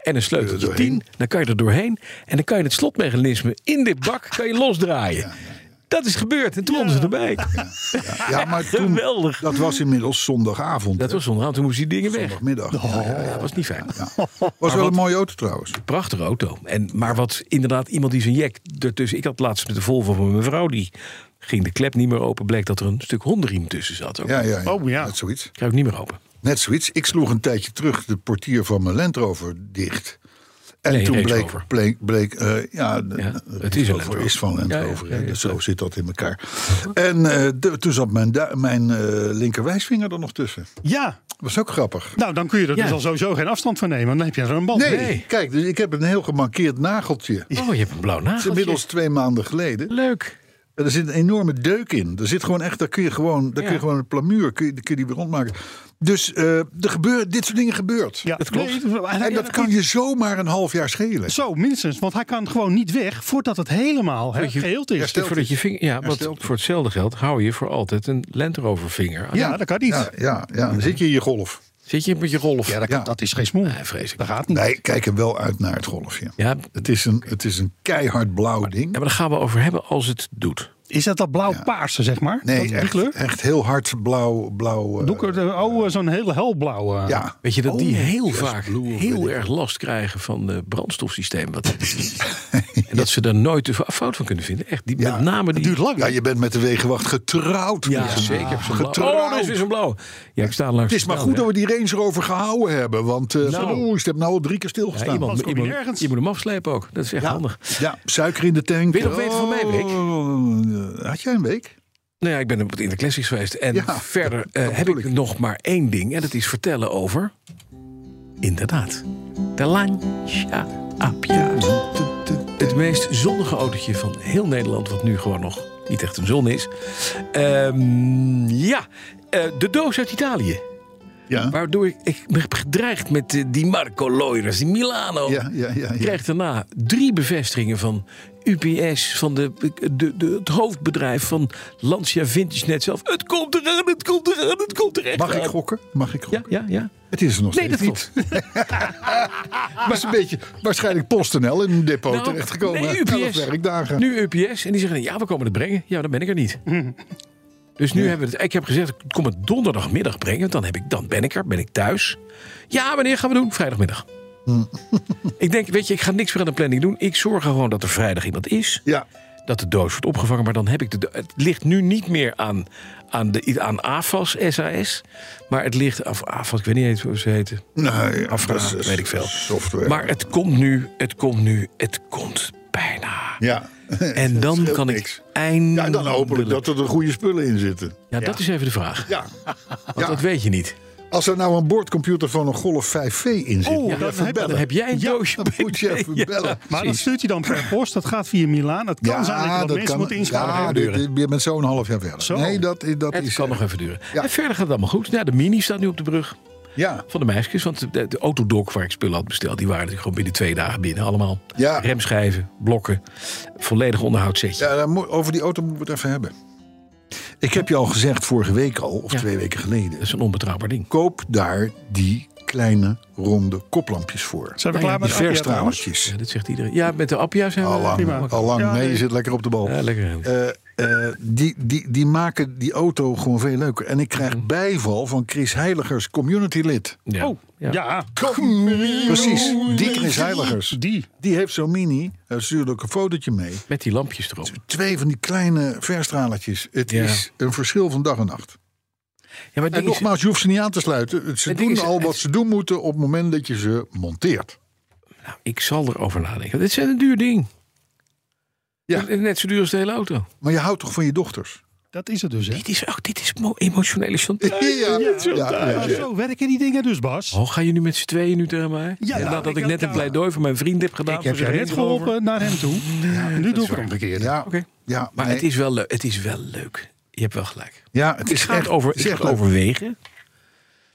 en een sleuteltje 10, dan kan je er doorheen. En dan kan je het slotmechanisme in dit bak kan je losdraaien. Dat is gebeurd en toen wonnen ze erbij.
Ja, maar toen,
Geweldig.
dat was inmiddels zondagavond.
Dat
hè?
was onderaan, toen moest die dingen weg. Oh,
Zondagmiddag. Ja, ja, ja.
Dat was niet fijn.
Was wel een mooie auto trouwens.
Prachtige auto. En, maar wat inderdaad, iemand die zijn jack ertussen. Ik had laatst met de Volvo van mijn vrouw, die ging de klep niet meer open. Bleek dat er een stuk hondenriem tussen zat. Ook.
Ja, ja, ja.
Oh, ja.
Net zoiets.
Krijg ik niet meer open.
Net zoiets. Ik sloeg een tijdje terug de portier van mijn Land Rover dicht. En
Nee,
toen
Range
bleek,
Rover.
bleek, bleek eh, ja, de-
Ja,
de
het is een
Rover
Land Rover.
is van Land
Ja, ja,
Rover.
ja,
hè.
ja,
Dus
ja.
zo zit dat in elkaar. En eh, de- toen zat mijn, du- mijn eh, linkerwijsvinger er nog tussen.
Ja,
was ook grappig.
nou dan kun je er
Ja.
dus al sowieso geen afstand van nemen. want Dan heb je er een band.
Nee,
Oh, nee.
kijk, dus ik heb een heel gemarkeerd nageltje. Het
Oh, je hebt een blauw
is
nageltje.
inmiddels twee maanden geleden.
Leuk.
En Er zit een enorme deuk in. Er zit gewoon echt, daar kun je gewoon, daar kun
Ja.
je gewoon een plamuur, kun je, kun je die weer rondmaken. Dus eh, er gebeurt, dit soort dingen gebeurt.
Ja,
dat klopt.
Nee, maar hij-
En dat kan je zomaar een half jaar schelen.
Zo, minstens. Want hij kan gewoon niet weg voordat het helemaal hè,
Weet je-
geheeld is.
Hersteld.
Voordat je vinger, ja, want
Hersteld.
voor hetzelfde geld hou je voor altijd een Land Rover vinger. aan.
Ja, dat kan niet.
Ja, ja, ja. Dan zit je in je golf.
Zit je met je golf?
Ja, dat,
Ja.
dat is geen smoel.
Nee, vreselijk.
Dat gaat niet.
Wij kijken wel uit naar het golfje.
Ja,
Het is een, het is een keihard blauw ding.
ja, maar daar gaan we over hebben als het doet.
Is dat dat blauw-paarse, zeg maar? dat,
Nee,
die
echt, Eh,
kleur?
echt heel hard blauw. blauw eh,
Donker, de- oh, zo'n hele helblauw. eh.
ja.
Weet je dat die heel
Oh, yes,
vaak
blue, weet ik
heel erg last krijgen van het brandstofsysteem? Wat en dat ze daar nooit de fout van kunnen vinden. Echt, die,
Ja,
met name die.
Het duurt lang. Ja, je bent met de wegenwacht getrouwd.
Ja,
met z'n
zeker. op zo'n blauw.
Getrouwd.
Oh, dat is weer zo'n blauw. Ja, ik sta langs.
Het is maar goed dat we die Range Rover gehouden hebben. Want eh
Nou.
van, oeh, ik heb nou al drie keer stilgestaan. Ja,
iemand,
kom je
iemand,
nergens.
Je moet hem afslepen ook. Dat is echt handig.
suiker in de tank.
Wil je nog weten van mijn week?
Oh, Had jij een week?
Nou ja, ik ben op de Interclassics geweest. En
Ja,
verder
dat-
eh,
dat
heb ik
bedoel ik.
nog maar één ding. En dat is vertellen over... Inderdaad. De Lancia Appia. Het meest zonnige autootje van heel Nederland. Wat nu gewoon nog niet echt een zon is. Ehm, ja, eh, de doos uit Italië.
Ja.
Waardoor ik, ik ben gedreigd met eh, die Marco Loiras, die Milano.
Ja, ja, ja, ja.
Ik kreeg daarna drie bevestigingen van UPS, van de, de, de, het hoofdbedrijf van Lancia Vintage net zelf. Het komt eraan, het komt eraan, het komt er echt
Mag ik
aan.
gokken? Mag ik
Ja,
gokken?
ja, ja.
Het is er nog
Nee,
steeds
dat
niet.
klopt.
Maar is een beetje waarschijnlijk PostNL in een depot
Nou,
terechtgekomen.
nee,
Elf
UPS.
werkdagen. Hm.
Nu UPS en die zeggen, ja, we komen het brengen. Ja, dan ben ik er niet. Dus nu hebben we het. Ik heb gezegd, ik kom het donderdagmiddag brengen. Dan, heb ik, dan ben ik er, ben ik thuis. Ja, wanneer gaan we doen? Vrijdagmiddag.
Hm.
ik denk, weet je, ik ga niks meer aan de planning doen. Ik zorg er gewoon dat er vrijdag iemand is.
Ja.
dat de doos wordt opgevangen. Maar dan heb ik de. do- Het ligt nu niet meer aan, aan, de, aan AFAS, SAS. Maar het ligt. Of AFAS, ik weet niet eens hoe ze heten.
Nee,
Afgeraakt,
dat is
weet ik veel.
Software.
Maar het komt nu, het komt nu, het komt bijna.
ja.
En dan
scheelt
kan ik
niks.
eindelijk.
Ja, en dan hopelijk dat er de goede spullen in zitten.
Ja, dat is even de vraag.
Ja.
Want dat weet je niet.
Als er nou een boordcomputer van een Golf 5V in zit,
Oh,
moet je even
dan heb- dan
bellen.
Dan heb jij een doosje.
Dan
bij
moet je
je.
even
Ja.
bellen.
Maar dat stuurt hij dan per post. Dat gaat via Milaan. Het kan zijn dat je wat mensen moet inschrijven.
Ja, dit, dit, je bent zo'n half jaar verder.
Zo.
Nee, dat, dat
Het
is...
kan
eh,
nog even duren.
Ja.
En verder gaat het allemaal goed. Ja, de mini staat nu op de brug.
Ja,
van de meisjes. Want de, de autodoc waar ik spullen had besteld, die waren natuurlijk gewoon binnen twee dagen binnen allemaal.
Ja.
Remschijven, blokken, volledig onderhoudssetje.
ja dan moet- over die auto moeten we het even hebben. Ik heb je al gezegd vorige week al, of
Ja.
twee weken
Dat
geleden.
is een onbetrouwbaar ding.
Koop daar die kleine ronde koplampjes voor.
Zijn we
Nou ja,
klaar
Die
met de Appia trouwens?
verstraaltjes.
Ja, dat zegt iedereen. Ja, met de Appia zijn we...
prima.
Allang, allang.
Ja,
Nee,
nee.
je zit lekker op de bal.
Ja, lekker.
Eh, eh, die, die, die maken die auto gewoon veel leuker. En ik
Mhm.
krijg bijval van Chris Heiligers, community lid.
Ja.
Oh, ja.
Precies, die Chris Heiligers.
Die.
Die heeft zo'n mini, daar stuurde ook een fotootje mee.
Met die lampjes erop.
Twee van die kleine verstralertjes. Het
Ja.
is een verschil van dag en nacht.
Ja, maar het
En
ding is-
nogmaals, je hoeft ze niet aan te sluiten. Ze
Het ding
doen
is-
al wat
het-
ze doen moeten op het moment dat je ze monteert.
nou, ik zal erover nadenken. Dit is een duur ding.
Ja.
Ja. Net zo duur als de hele auto.
Maar je houdt toch van je dochters?
Dat is het dus, hè?
Dit is ook dit is mo- emotionele chantage.
ja,
Maar zo werken die dingen dus, Bas.
Oh, ga je nu met z'n tweeën nu tegen mij?
Ja, ja,
Nadat
ik
ik
heb
net een
jou-
pleidooi voor mijn vriend heb gedaan.
Ik heb
voor
je
zijn
net
Range Rover.
geholpen naar hem toe. nu doe ik het omgekeerd.
Ja,
Oké.
ja,
Maar
nee.
het, is wel leuk. het is wel leuk. Je hebt wel gelijk.
Ja, het
Ik
is
ga
echt
het, over,
het is
ik ga
echt
het
leuk.
overwegen.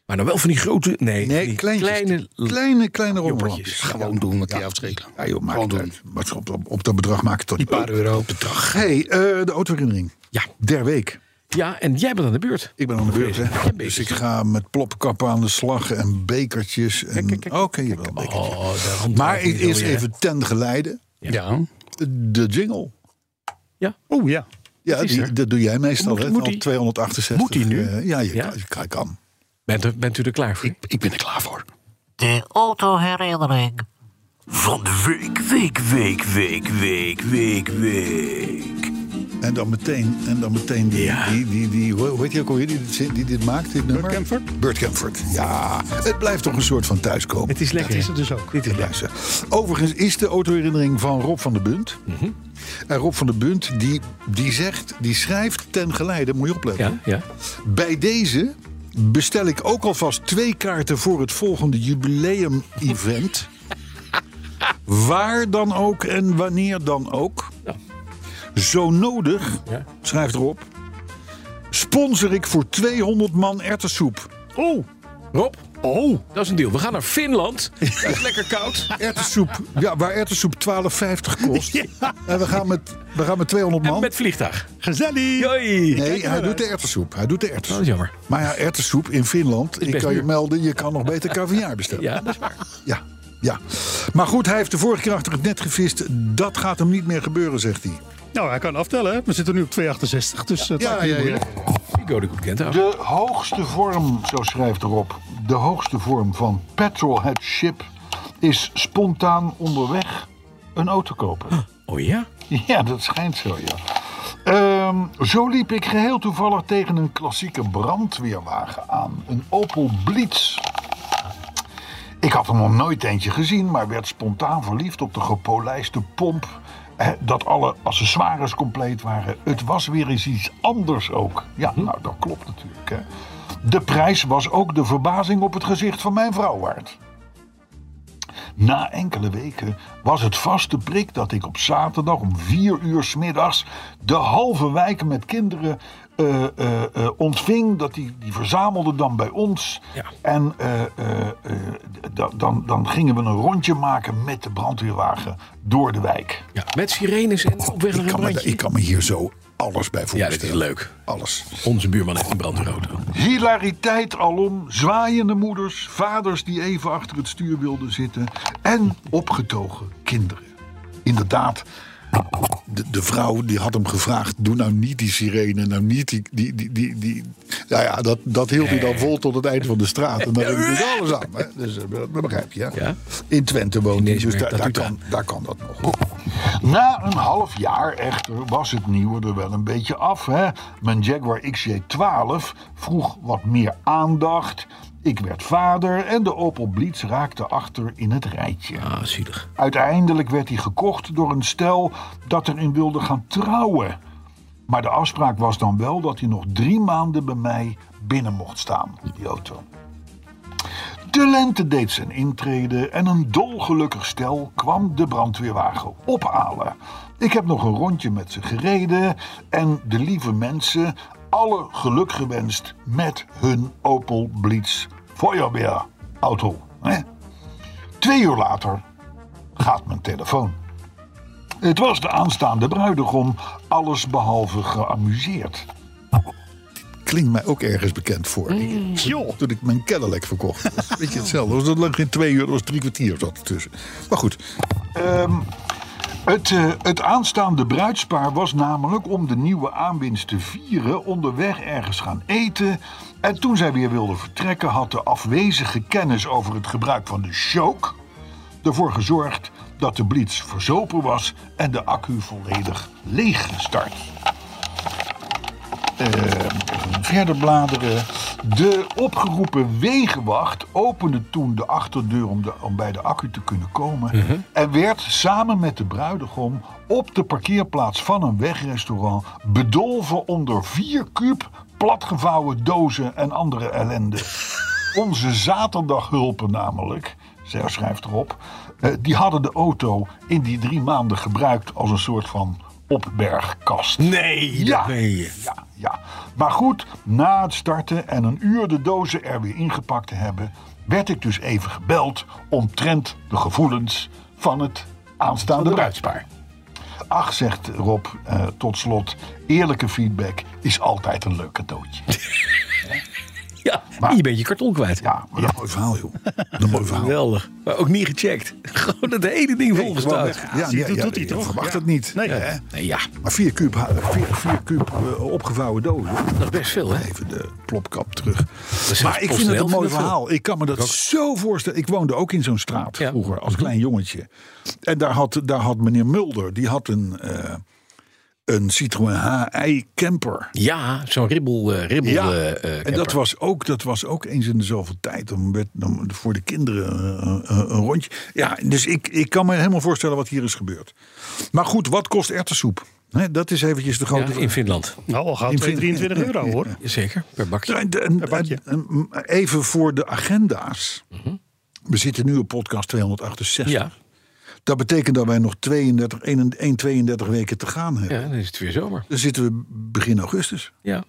Maar dan wel van die grote. Nee,
Nee,
die
kleintjes.
kleine.
kleine, kleine
joppertjes.
rommeltjes.
Gewoon doen, want die afschrikken.
Ja, joh, maakt
Gewoon
het
doen.
uit. Maar op, op, op dat bedrag maakt het toch
Die
niet
paar
uit.
euro bedrag.
Hey, eh, de autoherinnering.
Ja.
Der week.
ja, en jij bent aan de beurt.
Ik ben aan de beurt,
Jij
hè?
bent
Dus
bezig.
ik ga met plopkappen aan de slag en bekertjes. En...
kijk, kijk.
Oké, jawel, bekertjes.
Oh, de hand
Maar
draait niet
eerst
door je, hè?
even ten geleide.
Ja.
De jingle.
Oh ja.
Ja,
is
die,
er.
dat doe jij meestal,
Moet-
hè?
moet
Al
die-
268.
moet die nu?
eh, ja, je,
Ja?
Kan, je kan- kan.
Bent, er- bent u er klaar voor?
Ik ben er klaar voor.
De autoherinnering.
Van de week, week, week, week, week, week, week.
En dan meteen, en dan meteen die, die, die, die, hoe heet die ook alweer die, dit zin- die dit maakt, dit nummer? Bert
Camford?
Bert Camford, ja. Het blijft toch een soort van thuiskomen.
Het is lekker.
Dat is
hè?
het dus ook.
Dit is
Ja, ze- Overigens is de autoherinnering van Rob van der Bunt.
Mhm.
En Rob van der Bunt die, die zegt, die schrijft ten geleide, moet je opletten.
Ja, ja.
Bij deze bestel ik ook alvast twee kaarten voor het volgende jubileum-event. Waar dan ook en wanneer dan ook.
Ja.
Zo nodig,
Ja.
schrijft Rob, sponsor ik voor 200 man erwtensoep.
Oh, Rob. Oh. Dat is een deal. We gaan naar Finland. Dat is lekker koud.
Erwtensoep, ja, waar erwtensoep 12,50 kost. En we gaan, met, we gaan met 200 man.
Met vliegtuig.
Gezellig.
Joi.
Nee, hij doet de erwtensoep. Hij doet de
Dat is
erwtensoep.
jammer.
Maar ja, erwtensoep in Finland, ik
best
kan je
duur.
melden, je kan nog beter caviar bestellen.
Ja, dat is waar.
Ja, ja. Maar goed, hij heeft de vorige keer achter het net gevist. Dat gaat hem niet meer gebeuren, zegt hij.
Nou, hij kan aftellen. hè. We zitten nu op 268. Dus het lijkt me niet moeilijk.
Figo de Goedkenta.
De hoogste vorm, zo schrijft Rob, de hoogste vorm van petrolheadship is spontaan onderweg een auto kopen.
Oh ja?
Ja, dat schijnt zo, ja. Ehm, zo liep ik geheel toevallig tegen een klassieke brandweerwagen aan. Een Opel Blitz. Ik had er nog nooit eentje gezien, maar werd spontaan verliefd op de gepolijste pomp. eh, dat alle accessoires compleet waren. Het was weer eens iets anders ook. Ja, nou, dat klopt natuurlijk. Hè. De prijs was ook de verbazing op het gezicht van mijn vrouw waard. Na enkele weken was het vaste prik dat ik op zaterdag om vier uur smiddags de halve wijken met kinderen eh, eh, eh, ontving. Dat die, die verzamelden dan bij ons.
Ja.
En eh, eh, eh, da- dan, dan gingen we een rondje maken met de brandweerwagen door de wijk.
ja. Met sirenes en op weg naar een brandje.
hier zo alles bij
Ja, dit is leuk.
Alles.
Onze buurman heeft een brandweerauto.
Hilariteit alom, zwaaiende moeders, vaders die even achter het stuur wilden zitten en opgetogen kinderen. Inderdaad, de, de vrouw die had hem gevraagd: doe nou niet die sirene, nou niet die. die, die, die, die. Nou ja, dat, dat hield hij dan vol tot het einde van de straat. En daar heb je dus alles aan. Hè? Dus eh, dat begrijp je. hè?
Ja.
In Twente woont hij,
Chinees
dus
merk
daar,
dat
daar,
doet
kan, daar kan dat nog. Na een half jaar echter was het nieuwe er wel een beetje af. Hè? Mijn Jaguar XJ12 vroeg wat meer aandacht. Ik werd vader en de Opel Blitz raakte achter in het rijtje.
Ah, zielig.
Uiteindelijk werd hij gekocht door een stel dat erin wilde gaan trouwen. Maar de afspraak was dan wel dat hij nog drie maanden bij mij binnen mocht staan, die auto. De lente deed zijn intrede en een dolgelukkig stel kwam de brandweerwagen ophalen. Ik heb nog een rondje met ze gereden en de lieve mensen alle geluk gewenst met hun Opel Blitz Feuerwehr auto. Hè? Twee uur later gaat mijn telefoon. Het was de aanstaande bruidegom, alles behalve geamuseerd. Klinkt mij ook ergens bekend voor. Ik-
Joh.
Toen ik mijn Cadillac verkocht. Dat is een beetje hetzelfde. Dat was dat lang geen twee uur, dat was drie kwartier zat ertussen. Maar goed. Ehm, het, eh, het aanstaande bruidspaar was namelijk om de nieuwe aanwinst te vieren onderweg ergens gaan eten. En toen zij weer wilden vertrekken had de afwezige kennis over het gebruik van de choke ervoor gezorgd dat de blitz verzopen was en de accu volledig leeg gestart. Eh, even verder bladeren. De opgeroepen wegenwacht opende toen de achterdeur om, de, om bij de accu te kunnen komen. En werd samen met de bruidegom op de parkeerplaats van een wegrestaurant bedolven onder vier kuub platgevouwen dozen en andere ellende. Onze zaterdaghulpen namelijk, zij schrijft erop, eh, die hadden de auto in die drie maanden gebruikt als een soort van opbergkast.
Nee,
Ja.
dat meen je.
Ja.
Ja, maar goed, na het starten en een uur de dozen er weer ingepakt te hebben, werd ik dus even gebeld omtrent de gevoelens van het aanstaande bruidspaar. Ach, zegt Rob eh, tot slot, eerlijke feedback is altijd een leuk cadeautje.
Ja,
Maar-
je bent je karton kwijt.
Ja, maar dat
Mooi verhaal, joh. Dat is een mooi verhaal.
Geweldig. Maar ook niet gecheckt. Gewoon het hele ding volgestaat.
Ja, ja, ja,
doet- doet hij
je
toch?
verwacht
Ja.
het niet.
Nee.
hè?
Nee, ja,
Maar 4 kuub, ha- vier, vier kuub eh, opgevouwen dozen.
dat is best veel, hè?
Even de plopkap terug.
is
Maar ik
zelfs
vind het een
PostNL
mooi
vindt dat
verhaal. Ik kan me dat zo voorstellen. Ik woonde ook in zo'n straat
Ja.
vroeger als klein jongetje. En daar had, daar had meneer Mulder, die had een, eh, een Citroën HI camper.
Ja, zo'n ribbel, eh, ribbel
Ja,
eh, eh, camper.
en dat was, ook, dat was ook eens in de zoveel tijd. Dan werd dan voor de kinderen eh, een, een rondje. Ja, dus ik, ik kan me helemaal voorstellen wat hier is gebeurd. Maar goed, wat kost erwtensoep? Hè, dat is eventjes de grote
Ja, in Finland.
Nou, al gaat
In
2,
Finland.
23 euro hoor.
Zeker, per bakje. Mhm.
En- en-
bakje.
en- en- Even voor de agenda's. We zitten nu op podcast 268.
Ja,
Dat betekent dat wij nog 32, 1, 32 weken te gaan hebben.
ja, dan is het weer zomer.
Dan zitten we begin augustus.
Ja.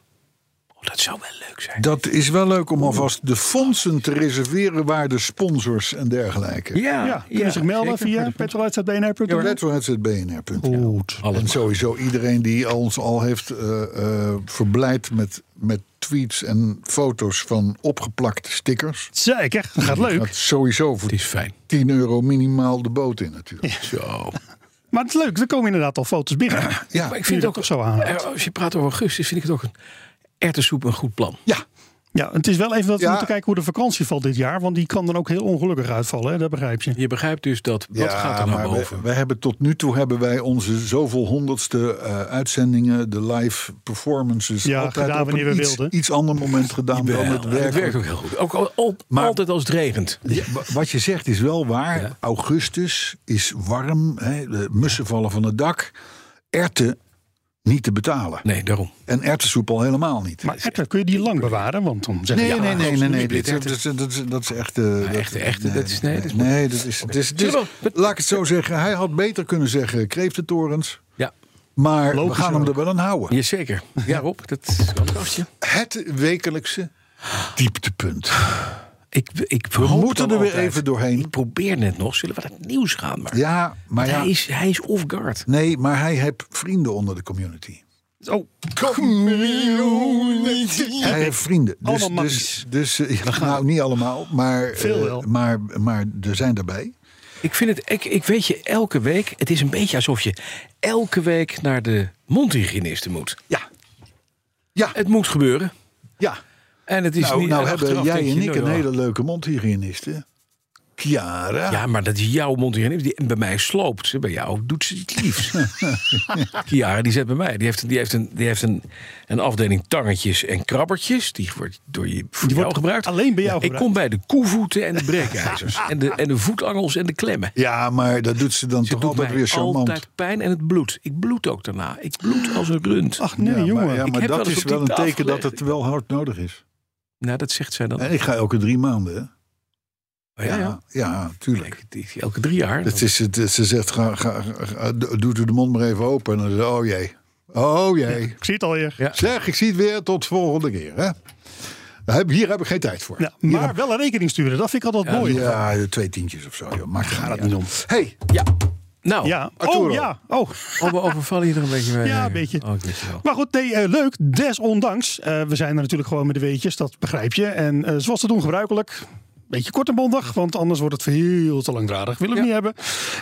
Oh, dat zou wel leuk zijn.
Dat is wel leuk om alvast de fondsen te reserveren waar de sponsors en dergelijke.
Ja,
Ja, kunnen zich melden
zeker.
via petrolheads.bnr.nl.
Petrolheads.bnr.nl.
Goed.
Alles
En sowieso iedereen die ons al heeft eh, eh, verblijd met, met tweets en foto's van opgeplakte stickers.
Zeker, dat gaat
Dat
leuk.
is sowieso voor
Het is fijn.
10 euro minimaal de boot in natuurlijk.
Zo.
Maar het is leuk, er komen inderdaad al foto's binnen.
Ja,
Maar ik
Nu
vind het
je
ook
dat toch zo aan.
Eh, Als je praat over augustus, vind ik het ook een erwtensoep een goed plan.
ja.
Ja, het is wel even dat we
Ja.
moeten kijken hoe de vakantie valt dit jaar. Want die kan dan ook heel ongelukkig uitvallen, hè? dat begrijp je.
Je begrijpt dus dat wat
Ja,
gaat er naar
maar we-
boven.
We, hebben tot nu toe hebben wij onze zoveel honderdste eh, uitzendingen, de live performances,
Ja,
altijd
gedaan
op een
wanneer we
iets,
wilden.
iets ander moment gedaan dan
Ja,
het werk.
werkt ook heel goed. Ook al, al-
Maar-
altijd als het regent.
Ja, wa- Wat je zegt is wel waar.
Ja.
Augustus is warm, hè, de mussen vallen van het dak. Erten niet te betalen.
Nee, daarom.
En erwtensoep al helemaal niet.
Maar Edward, kun je die lang bewaren? Want dan zeg
Nee,
je, ja,
nee, nee, nee, nee.
absoluut.
Dit, dat, is- dat, is- dat is echt. eh, dat-
echt- echt, dat is- nee, dat is-
nee, dat is. dit is- dit is-
Zullen we-
Laat ik het zo zeggen. Hij had beter kunnen zeggen: kreeftentorens.
Ja,
Maar we
Logisch
gaan hem
ook.
er wel aan houden.
zeker. Ja, Rob, dat is wel een kastje.
Het wekelijkse dieptepunt.
Ik, ik
We
hoop
moeten
dan
er weer
altijd-
even doorheen.
Ik probeer net nog, zullen we naar het nieuws gaan? Maar,
Ja, maar
hij,
ja.
is, hij is off guard.
Nee, maar hij heeft vrienden onder de community.
Oh,
Hij heeft vrienden. Dus,
Allemaal
dus,
makkies.
dus eh, nou, niet allemaal, maar,
Veel
eh,
wel.
maar, maar er zijn daarbij.
Ik vind het, ik, ik weet je, elke week, het is een beetje alsof je elke week naar de mondhygiëniste moet.
Ja. Ja,
Het moet gebeuren.
ja.
En het is
Nou,
niet
nou
en
hebben
achteraf
jij
denk je,
en ik
nou
een
ja.
hele leuke mondhygiëniste. Chiara.
Ja, maar dat is jouw mondhygiënist. Die bij mij sloopt. ze. Bij jou doet ze het liefst. Kiara, die zit bij mij. Die heeft, die heeft, een, die heeft een, een afdeling tangetjes en krabbertjes. Die wordt door je, voor jou gebruikt.
alleen bij jou
Ja, Ik
gebruikt.
kom bij de koevoeten en de breekijzers. en, de, en de voetangels en de klemmen.
Ja, maar dat doet ze dan
Ze
toch
doet
altijd
mij
weer charmant.
altijd pijn en het bloed. Ik bloed ook daarna. Ik bloed als een rund.
ach nee, jongen.
Maar, ja,
Ik
maar
heb
dat
wel eens
is
op die
wel een
tafel
teken dat
gelegen.
het wel hard nodig is.
Nou, dat zegt zij dan.
En ik ga elke drie maanden, hè?
Oh, ja, ja.
ja, tuurlijk.
Ik- ik- Elke drie jaar.
Het is, het, ze zegt, ga, ga, ga- do- doe de mond maar even open. En dan zegt, oh jee, oh jee.
Ik zie het alweer.
Ja.
Zeg, ik zie het weer, tot volgende keer. Hè? Daar heb- Hier heb ik geen tijd voor.
Ja, maar wel een rekening sturen, dat vind ik altijd mooi.
Ja, twee tientjes of zo. Joh. Maakt Gaat het niet om. hey,
Ja. Nou,
Ja.
Arturo.
Oh ja, oh.
over- overval je er een beetje mee?
Ja, een beetje.
Oh, ik weet het wel.
Maar goed, nee, eh, leuk. Desondanks, eh, we zijn er natuurlijk gewoon met de weetjes, dat begrijp je. En eh, zoals te doen gebruikelijk, beetje kort en bondig, want anders wordt het veel te langdradig. Willen we niet hebben.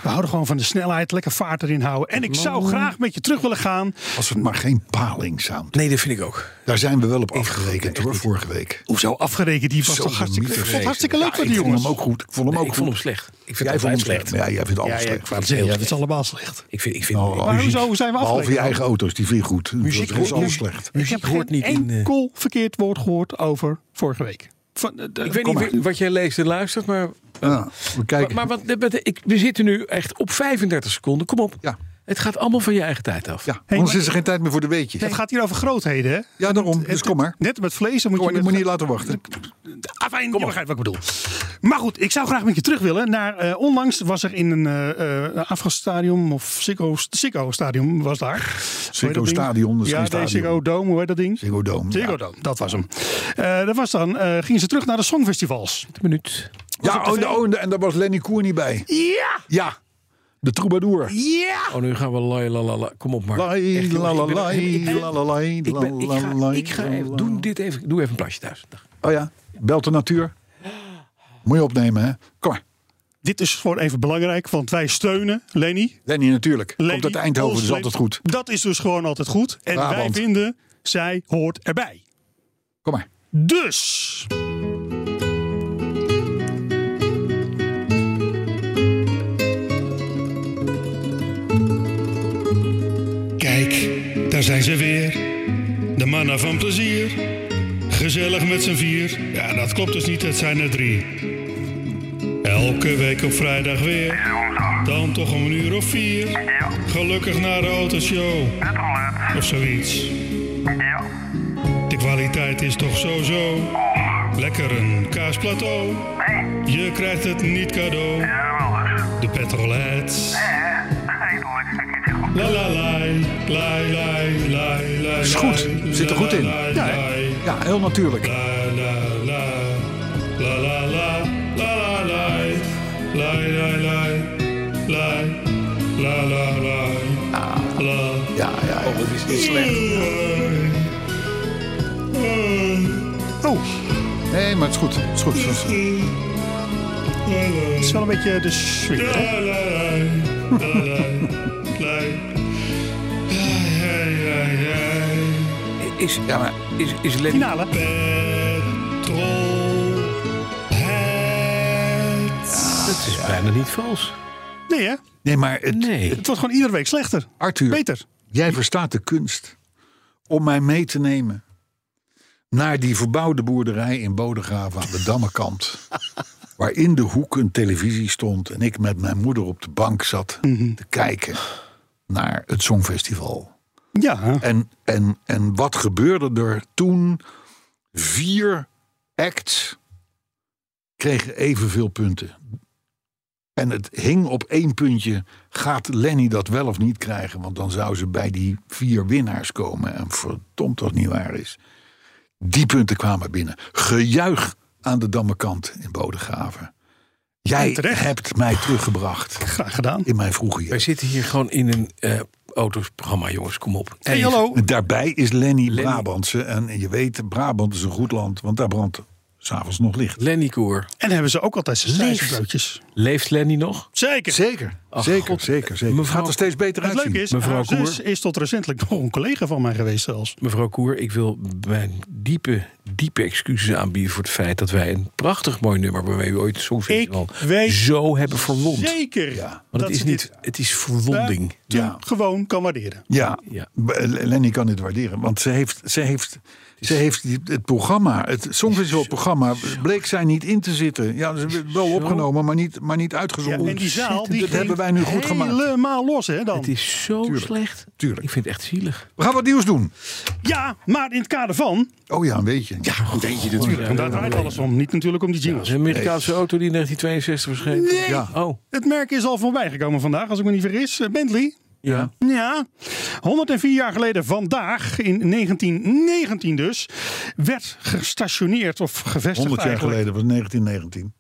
We houden gewoon van de snelheid, lekker vaart erin houden. En ik zou graag met je terug willen gaan.
als het maar geen paling sound.
Nee, dat vind ik ook.
Daar zijn we wel op afgerekend hoor, vorige week.
Hoezo afgerekend? Die was
Zo
toch hartstikke, ik
genieten.
vond het hartstikke leuk van
ik
die
vond
jongens.
hem ook goed. Ik vond hem ook
ik
goed.
vond hem slecht. Ik vind
Jij
het
vond hem
altijd
slecht.
slecht.
Ja, jij vindt alles
Ja, ja,
slecht.
ik vond het heel slecht. Het is allemaal slecht.
Ik vind, ik vind
Oh,
Maar
muziek.
hoezo zijn we
Behalve je
afgerekend?
eigen auto's, die vind je goed.
Muziek
dat is
hoort
alles
niet.
slecht.
Ik
muziek
heb
hoort
geen
niet in. eh,
enkel verkeerd woord gehoord over vorige week. Van, eh, de-
ik weet
kom
niet
maar.
wie- wat jij leest en luistert, maar.
Ja, we
Maar,
kijken.
maar wat, de- de- ik, we zitten nu echt op 35 seconden. Kom op.
Ja.
Het gaat allemaal van je eigen tijd af.
Ja,
Hey,
anders
maar-
is er geen tijd meer voor de weetjes.
Het gaat hier over grootheden, hè?
Ja, daarom. Dus
Het-
kom maar.
Net met vlees, dan moet
Cor,
je...
die
met-
moet niet laten wachten.
afijn, je begrijpt wat ik bedoel. Maar goed, ik zou graag met je terug willen naar... eh, onlangs was er in een eh eh, afgasstadium of Sikko, Sikko Stadium was daar. Hoe heet dat ding?
Stadion, dat is
Ja,
geen
nee,
stadion.
Sikko Dome, hoe heet dat ding?
Ziggo Dome.
Ziggo
ja.
Dome, dat was hem. Eh, dat was dan, eh, gingen ze terug naar de songfestivals.
minuut.
Ja,
op
oh,
tv?
en- oh, en- en daar was Lenny Koer niet bij.
Ja!
Ja, de troubadour.
Ja!
Oh, nu gaan we la la la la. Kom op, maar.
Lai, la, la, lai, la, la, lai,
Ik, ben, ik
la, la,
ga,
lai,
ik ga
la,
even,
la.
doe dit even, doe even een plasje thuis. Dag.
Oh ja, belt de natuur. Moet je opnemen, hè? Kom maar.
Dit is gewoon even belangrijk, want wij steunen Lenny.
Lenny natuurlijk.
Lenny
Komt uit Eindhoven, dat is
Olsen.
altijd goed.
Dat is dus gewoon altijd goed. En wij
Brabant.
vinden, zij hoort erbij.
Kom maar.
Dus. Kijk, daar zijn ze weer. De mannen van plezier. Gezellig met z'n vier. Ja, dat klopt dus niet, het zijn er drie. Elke week op vrijdag weer. Dan toch om een uur of vier. Gelukkig naar de autoshow. Of zoiets. De kwaliteit is toch zo-zo. Lekker een kaasplateau. Je krijgt het niet cadeau. De petrolheads. La la lai, lai lai, lai lai.
Is goed. Zit er goed in. Ja, hè? ja heel natuurlijk.
La la la, la la la, la la lai, lai lai lai, lai, la la lai, la.
Ja, ja, ja.
Oh,
Nee, maar het is goed. Het is goed. Het is goed.
het is wel een beetje de sfeer.
Is,
Ja, maar
is, is Lenny...
Finale.
dat is bijna niet vals.
Nee hè?
Nee, maar het,
Nee.
Het wordt gewoon iedere week slechter.
Arthur,
Beter.
jij verstaat de kunst om mij mee te nemen naar die verbouwde boerderij in Bodegraven aan de Dammenkant. waar in de hoek een televisie stond en ik met mijn moeder op de bank zat te kijken naar het Songfestival.
Ja.
En, en, en wat gebeurde er toen? Vier acts kregen evenveel punten. En het hing op één puntje: gaat Lenny dat wel of niet krijgen? Want dan zou ze bij die vier winnaars komen. En verdomd dat niet waar is. Die punten kwamen binnen. Gejuich aan de Dammekant in Bodegraven. Jij
Terecht.
hebt mij teruggebracht
Graag gedaan.
in mijn vroege
Wij
jeugd.
zitten hier gewoon in een eh autosprogramma, jongens. Kom op.
Hey, hallo.
Daarbij is Lenny, Brabantse. En je weet, Brabant is een goed land, want daar brandt s'avonds nog licht.
Lenny Koer.
En hebben ze ook altijd zijn
Leeft.
broodjes.
Leeft Lenny nog?
Zeker.
Zeker,
Ach,
zeker,
God.
zeker, zeker.
Mevrouw-
Het gaat er steeds beter
Het
uitzien.
leuke is,
Mevrouw
haar zus
Koer.
is tot recentelijk nog een collega van mij geweest zelfs.
Mevrouw Koer, ik wil mijn diepe, diepe excuses aanbieden voor het feit dat wij een prachtig mooi nummer waarmee we ooit het Songfestival
Ik weet
zo hebben verwond.
Zeker.
Want
dat
het is,
ze
niet,
dit eh,
het is verwonding.
toen
Ja.
gewoon kan waarderen.
Ja,
Ja.
B- Lenny kan dit waarderen, want ze heeft, ze heeft, ze heeft die- het programma, het Songfestival-programma, bleek zij niet in te zitten. Ja, ze werd wel opgenomen, maar niet, maar niet
Ja,
uitgezonden.
en die zaal die
dat
ging
hebben wij nu goed gemaakt.
helemaal los hè dan.
Het is zo slecht.
tuurlijk.
Ik vind het echt zielig.
We gaan wat nieuws doen.
Ja, maar in het kader van,
Oh ja, een beetje. Ja, goed eentje natuurlijk.
want daar draait alles om. Niet natuurlijk om die jingles.
Een Amerikaanse auto die in 1962 verscheen.
Nee.
Ja.
Oh,
Het merk is al voorbij gekomen vandaag, als ik me niet vergis. Eh, Bentley.
ja.
Ja, 104 jaar geleden vandaag, in 1919 dus, werd gestationeerd of gevestigd
100 jaar
eigenlijk.
geleden, was 1919.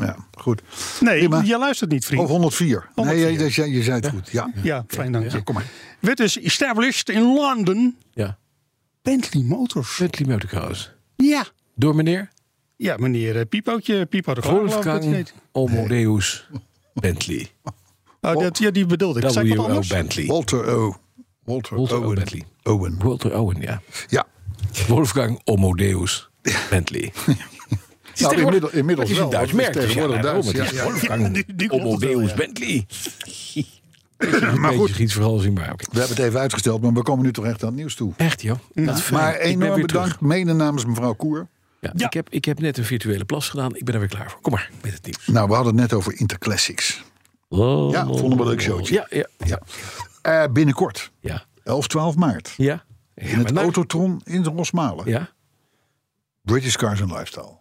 Ja, goed.
Nee,
Prima.
je luistert niet, vriend.
Of 104. Oh, Nee,
104.
je, je, je zei het goed. Ja.
ja, fijn dank je.
Kom maar.
Werd dus established in London.
ja.
Bentley Motors.
Bentley Motocross.
Ja.
Door meneer
Ja, meneer eh, Piepootje. Piepo de Graaf, geloof ik dat hij
Wolfgang
heet.
Omodeus Bentley.
Oh, dat, ja, die bedoelde ik. Zei ik wat
W.O.
anders?
Bentley.
Walter O. Walter,
Walter O.
Owen.
Bentley.
Owen.
Walter Owen, ja.
Ja.
Wolfgang Omodeus Bentley.
Nou, inmiddels, inmiddels
Het is een
wel,
Duits
want het
merk. Dus
is
ja,
tegenwoordig
daarom,
Duits.
het
Ja,
is
ja.
Ja,
Wolfgang
die- die klopt
Omodeus
wel,
Bentley.
Maar
Beetje
goed,
iets vooral zien, maar oké.
we hebben het even uitgesteld, maar we komen nu toch echt aan het nieuws toe.
Echt, joh. Dat is fijn.
Maar
Ik ben
enorm
weer
bedankt,
terug.
mede namens mevrouw Koer.
Ja,
Ja.
Ik, heb, ik heb net een virtuele plas gedaan. Ik ben er weer klaar voor. Kom maar, met het nieuws.
Nou, we hadden het net over Interclassics. Ja,
Oh.
vonden we een leuk showtje.
Ja, ja.
Ja. Eh, binnenkort,
Ja.
11, 12 maart,
ja.
in het
maar- nou-
Autotron in Rosmalen.
Ja.
British Cars and Lifestyle.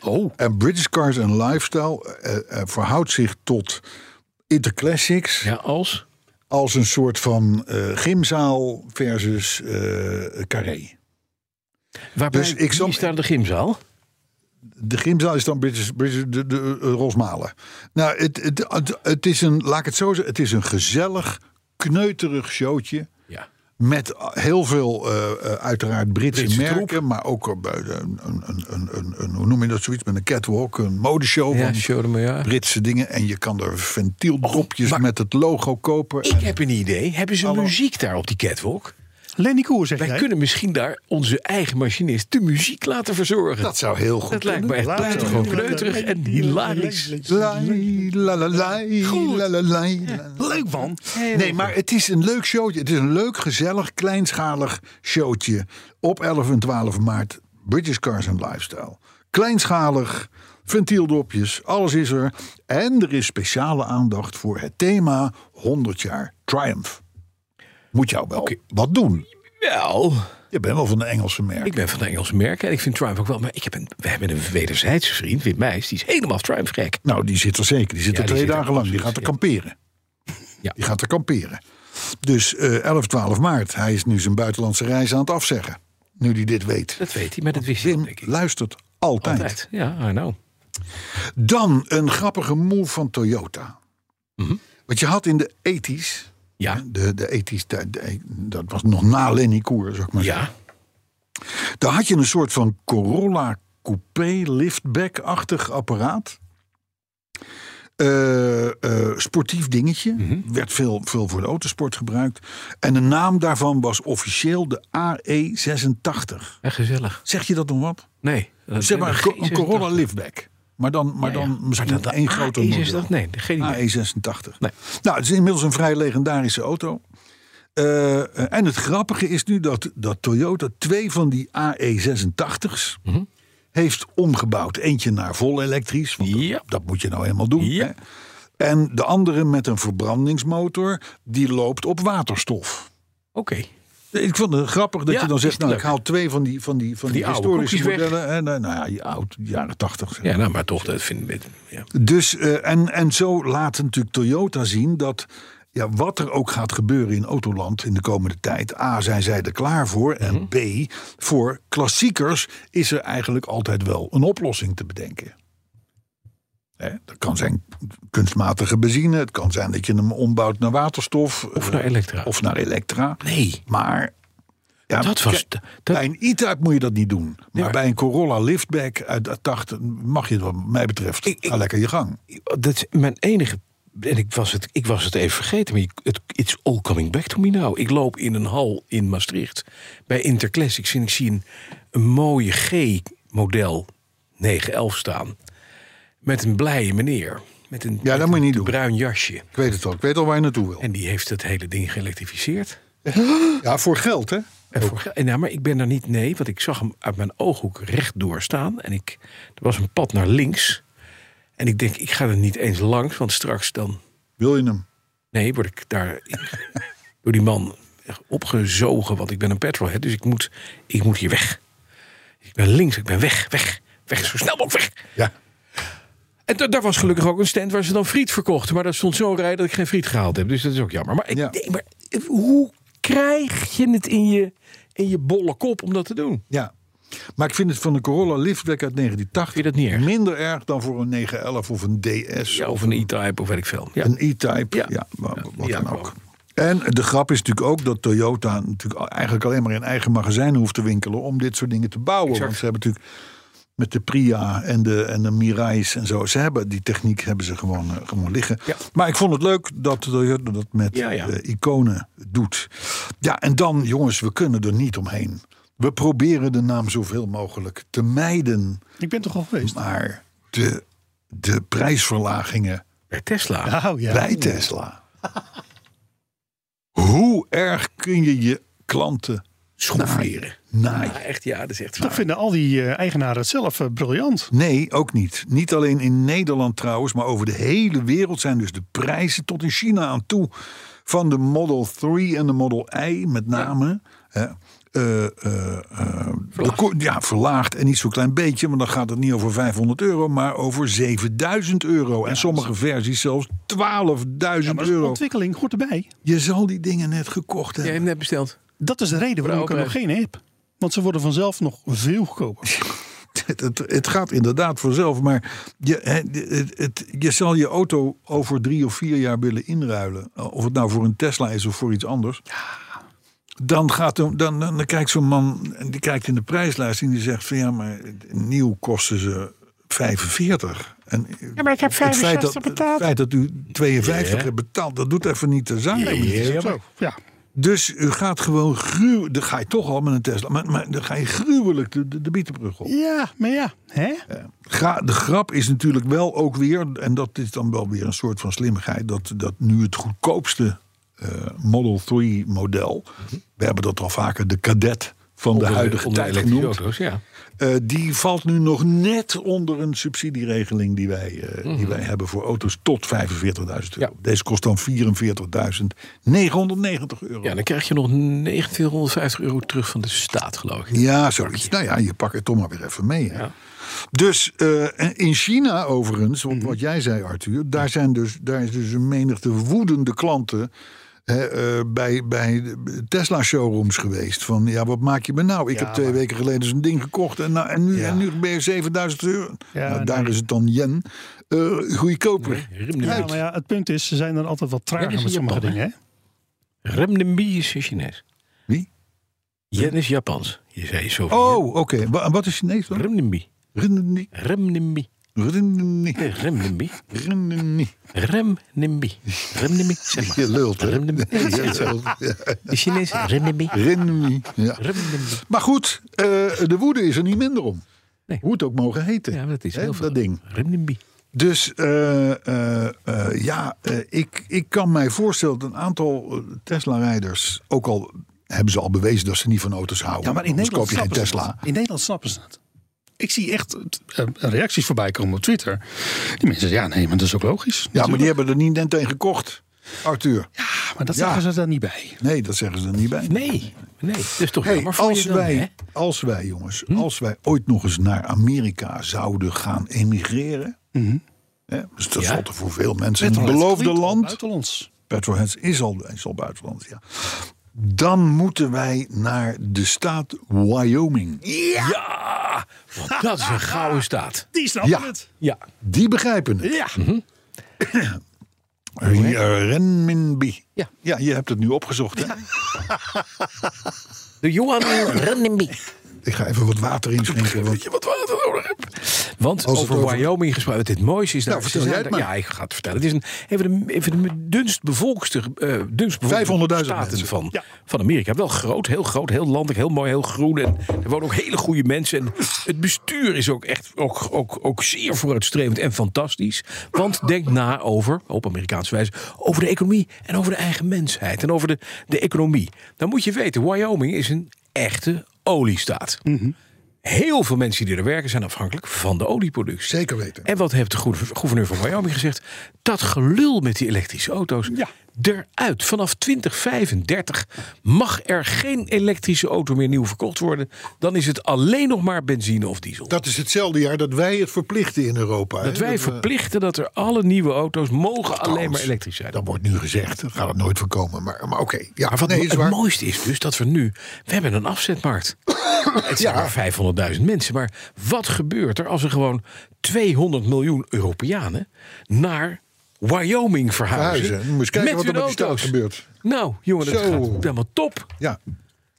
Oh,
En British Cars and Lifestyle eh, eh, verhoudt zich tot Interclassics
ja, als?
als een soort van eh, gymzaal versus eh, carré.
Waarbij,
Dus ik
wie
zal-
is daar de gymzaal?
De gymzaal is dan British, British, de, de, eh, Rosmalen. Nou, het, het, het, het is een, laat ik het zo zeggen, het is een gezellig, kneuterig showtje.
Ja.
Met heel veel, eh, eh, uiteraard Britse,
Britse
merken, maar ook eh, bij de- een, een, een, een, een, hoe noem je dat zoiets, met een catwalk, een modeshow
Ja,
van
show them, ja.
Britse dingen. En je kan er ventieldopjes
Oh, maar-
met het logo kopen.
Ik heb een idee. Hebben ze muziek daar op die catwalk?
Lenny Koer, zeg
Wij
jij?
kunnen misschien daar onze eigen machinist de muziek laten verzorgen.
Dat zou heel
Dat
goed
lijkt me echt
Laten we-
buitengewoon kneuterig en hilarisch.
Lai, la, la, lai, la, la, lai, la, la.
Leuk man.
Nee, maar het is een leuk showtje. Het is een leuk, gezellig, kleinschalig showtje. Op 11 en 12 maart. British Cars and Lifestyle. Kleinschalig, ventieldopjes, alles is er. En er is speciale aandacht voor het thema 100 jaar Triumph. Moet jou wel wat doen.
Wel,
Je bent wel van de Engelse merk.
ik ben van de Engelse merken en ik vind Triumph ook wel. Maar ik heb een, we hebben een wederzijdse vriend, Wim Meijs, die is helemaal Triumph gek.
Nou, die zit er zeker. Die zit
Ja,
er
die
twee
zit er
dagen lang. Die
absoluut,
gaat er
ja.
kamperen.
Ja.
Die gaat er kamperen. Dus eh, 11, 12 maart. Hij is nu zijn buitenlandse reis aan het afzeggen. Nu hij dit weet.
Dat weet hij, maar dat wist hij
Wim
denk ik.
luistert altijd.
Altijd. Ja, I know.
Dan een grappige move van Toyota. Want je had in de 80s.
Mhm. Ja,
De, de 80s, tijd, de- dat was nog na Lenny Koer, zeg maar.
ja.
Daar had je een soort van Corolla coupé liftback-achtig apparaat. Eh, eh, sportief dingetje.
Mhm.
Werd veel, veel voor de autosport gebruikt. En de naam daarvan was officieel de AE86.
En gezellig.
Zeg je dat nog wat?
Nee. dat- Nou
Zeg maar een, co- een Corolla liftback. Maar dan, maar
Ja, ja.
dan misschien
Maar Ah, dat
één
de
groter
AE86,
model.
Nee, geen idee.
AE86.
Nee.
Nou, het is inmiddels een vrij legendarische auto. Eh, en het grappige is nu dat, dat Toyota twee van die AE86's
Mhm.
heeft omgebouwd. Eentje naar vol elektrisch, want dat-
Ja.
dat, moet je nou helemaal doen.
Ja.
hè. En de andere met een verbrandingsmotor, die loopt op waterstof.
Oké.
Ik vond het grappig dat
Ja,
je dan
is
zegt, nou,
leuk.
ik haal twee van die, van die, van die,
die oude
historische
koekjes weg.
modellen. En, nou ja, die oud, jaren tachtig.
Ja, nou, maar toch, dat vind ik... Ja.
Dus, eh, en, en zo laat natuurlijk Toyota zien dat. Ja, wat er ook gaat gebeuren in Autoland in de komende tijd. A, zijn zij er klaar voor. En
Mhm.
B, voor klassiekers is er eigenlijk altijd wel een oplossing te bedenken. Hè, dat kan zijn kunstmatige benzine. Het kan zijn dat je hem ombouwt naar waterstof.
Of
eh,
naar Elektra.
Of naar elektra.
Nee,
Maar ja,
dat was...
kijk,
Dat,
bij een e-type moet je dat niet doen. Maar
maar-
bij een Corolla liftback uit de 80 mag je dat wat mij betreft.
Ik- ik-
ga lekker je gang.
dat is mijn enige. En ik was het, ik was het even vergeten, maar je- het, it's all coming back to me now. Ik loop in een hal in Maastricht bij Interclassics en ik zie een, een mooie G-model 911 staan. Met een blije meneer. Met een,
Ja, dat moet je niet
een
doen.
bruin jasje.
Ik weet het al. Ik weet al waar je naartoe wil.
En die heeft het hele ding geëlektrificeerd.
Ja, voor geld, hè?
En voor, en ja, maar ik ben daar niet nee, want ik zag hem uit mijn ooghoek rechtdoor staan. En ik, er was een pad naar links. En ik denk, ik ga er niet eens langs, want straks dan
Wil je hem?
Nee, word ik daar door die man opgezogen, want ik ben een petrolhead, dus ik moet, ik moet hier weg. Ik ben links, ik ben weg, weg, weg, zo snel mogelijk weg.
Ja.
En da- daar was gelukkig ook een stand waar ze dan friet verkochten, maar daar stond zo'n rij dat ik geen friet gehaald heb, dus dat is ook jammer. Maar, ik,
Ja.
nee, maar eh, hoe krijg je het in je, in je bolle kop om dat te doen?
Ja. Maar ik vind het van de Corolla liftback uit 1980
Vind je dat niet erg?
minder erg dan voor een 911 of een DS.
Ja, of een e-type of weet ik veel. Ja.
Een e-type. Ja,
Ja.
wa- wa- wat
Ja,
dan
wel.
ook. En de grap is natuurlijk ook dat Toyota natuurlijk al- eigenlijk alleen maar in eigen magazijn hoeft te winkelen om dit soort dingen te bouwen.
Exact.
Want ze hebben natuurlijk met de Priya en de, en de Mirai's en zo. Ze hebben die techniek hebben ze gewoon, eh, gewoon liggen.
Ja.
Maar ik vond het leuk dat Toyota dat met
Ja, ja.
eh, iconen doet. Ja, en dan jongens, we kunnen er niet omheen. We proberen de naam zoveel mogelijk te mijden.
Ik ben toch al geweest?
Maar de, de prijsverlagingen
Bij Tesla.
Nou ja.
bij Tesla. Hoe erg kun je je klanten
Schofferen.
naaien?
Ja, echt, ja, dat is echt
Dat
waar.
vinden al die eh, eigenaren het zelf eh, briljant.
Nee, ook niet. Niet alleen in Nederland trouwens, maar over de hele wereld zijn dus de prijzen tot in China aan toe van de Model 3 en de Model I met name hè, eh, eh, eh, de ko- ja, verlaagd en niet zo'n klein beetje. Maar dan gaat het niet over 500 euro, maar over 7000 euro. en sommige versies zelfs 12.000
Maar
euro.
ontwikkeling hoort erbij.
Je zal die dingen net gekocht
Jij
hebben.
hebt net besteld.
Dat is de reden waarom ik er nog
overheid.
geen heb. Want ze worden vanzelf nog veel goedkoper.
Het, het, het gaat inderdaad vanzelf, maar je, hè, het, het- je zal je auto over drie of vier jaar willen inruilen. Of het nou voor een Tesla is of voor iets anders. Dan, gaat, hem- dan, dan, dan kijkt zo'n man, en die kijkt in de prijslijst en die zegt van ja, maar nieuw kosten ze 45. En ja, maar ik heb 65 het feit dat, Het feit dat u 52
Ja.
hebt betaald, dat doet even niet te zaak. meneer.
Zo, ja.
Dus u gaat gewoon gruw, dan ga je toch al met een Tesla, maar, maar dan ga je gruwelijk de, de, de bietenbrug op.
ja, maar ja. Hè?
Gra- de grap is natuurlijk wel ook weer, en dat is dan wel weer een soort van slimmigheid, dat, dat nu het goedkoopste eh, Model 3 model, we hebben dat al vaker de cadet van de huidige
Mhm. onder
tijd
elektrische
genoemd,
auto's, ja.
eh, die valt nu nog net onder een subsidieregeling die wij, eh, die wij hebben voor auto's tot 45.000 euro.
Mhm. Ja.
Deze kost dan 44.990 euro.
ja, dan krijg je nog 1950 euro terug van de staat, geloof ik.
Ja, zoiets. Nou ja, je pakt het toch maar weer even mee. Hè? Dus eh, en in China overigens,
Mhm.
want wat jij zei Arthur, daar, zijn dus, daar is dus een menigte woedende klanten hè, eh, bij, bij de Tesla showrooms geweest. Van ja, wat maak je me nou? Ik heb twee weken geleden zo'n ding gekocht en, nou, en, nu, en nu ben je 7000 euro.
Ja,
nou, daar
nee.
is het dan yen eh, goedkoper.
Rem
Ja, maar ja, het punt is, ze zijn dan altijd wat trager
Ja, dat is
met
in
sommige
Japan,
dingen. Hè?
Renminbi is Chinees.
Wie?
Yen is Japans. Je zei zo.
Oh, oké. Wa- Wat is Chinees dan?
Renminbi.
Renminbi.
Renminbi.
Renminbi.
Nee, Renminbi.
Renminbi.
Renminbi. Renminbi. Zeg maar.
Je lult, hè?
Renminbi.
Je lult. Ja.
De Chinees. Renminbi.
Renminbi. Ja.
Renminbi.
Maar goed, eh, de woede is er niet minder om.
Nee.
Hoe het ook mogen heten.
Ja, maar dat is
Hè,
heel veel.
Dat ding.
Renminbi.
Dus eh, eh, eh, ja, eh, ik, ik kan mij voorstellen dat een aantal eh, Tesla-rijders... ook al hebben ze al bewezen dat ze niet van auto's houden.
Ja, maar in
anders
Nederland
koop je geen
snappen ze
Tesla.
het. In Nederland snappen ze het. Ik zie echt eh, reacties voorbij komen op Twitter. Die mensen zeggen, ja nee, maar dat is ook logisch.
Ja, maar die hebben er niet net tegen gekocht, Arthur.
Ja, maar dat
Ja.
zeggen ze daar niet bij.
Nee, dat zeggen ze er niet bij.
Nee. Nee. Dat is toch
Hey,
jammer voor
als,
je dan,
wij,
hè?
als wij, jongens,
Hm?
als wij ooit nog eens naar Amerika zouden gaan emigreren. Hè, dus dat
Ja.
valt er voor veel mensen. in Het beloofde
Klinkt Mhm. al
land.
Buiten ons.
Petroheads is al, is al buitenland, ja. Dan moeten wij naar de staat Wyoming.
Ja. want Dat is een gouden staat.
Die snappen
Ja.
het.
Ja.
Die begrijpen het.
Ja.
Ren- Renminbi.
Ja.
ja, je hebt het nu opgezocht, hè?
De Johan Renminbi.
Ik ga even wat water inschenken. Want...
je wat water nodig hebt. Want
Als het
over
over- Nou,
Wyoming gesproken, het mooiste is... daar-
vertel
ze
jij
zijn
het
daar-
maar.
Ja, ik ga het vertellen. Het is een, even de, even de dunst bevolkste, eh dunst bevolkte
500.000
staten
mensen.
van, van Amerika. Wel groot, heel groot, heel landelijk, heel mooi, heel groen. En er wonen ook hele goede mensen. En het bestuur is ook echt ook, ook, ook zeer vooruitstrevend en fantastisch. Want denk na over, op Amerikaanse wijze, over de economie en over de eigen mensheid. En over de, de economie. Dan moet je weten, Wyoming is een echte oliestaat. Heel veel mensen die er werken zijn afhankelijk van de olieproductie.
Zeker weten.
En wat heeft de goe- gouverneur van Wyoming gezegd? Dat gelul met die elektrische auto's eruit. Vanaf 2035 mag er geen elektrische auto meer nieuw verkocht worden. Dan is het alleen nog maar benzine of diesel.
Dat is hetzelfde jaar dat wij het verplichten in Europa.
Dat
hè?
wij
we-
verplichten dat er alle nieuwe auto's mogen alleen maar
Trouwens,
elektrisch zijn.
Dat wordt nu gezegd. Dat gaat het nooit voorkomen. Maar, maar oké. Ja,
Maar Ah, wat
nee,
mo-
is
het
waar.
mooiste is dus dat we nu... We hebben een afzetmarkt. het zijn maar 500.000 mensen. Maar wat gebeurt er als er gewoon 200 miljoen Europeanen... naar Wyoming verhuizen?
Verhuizen. Moet eens kijken wat
hun
er met die
auto's.
staat gebeurt.
Nou, jongen, dat
Zo.
gaat helemaal top.
Ja,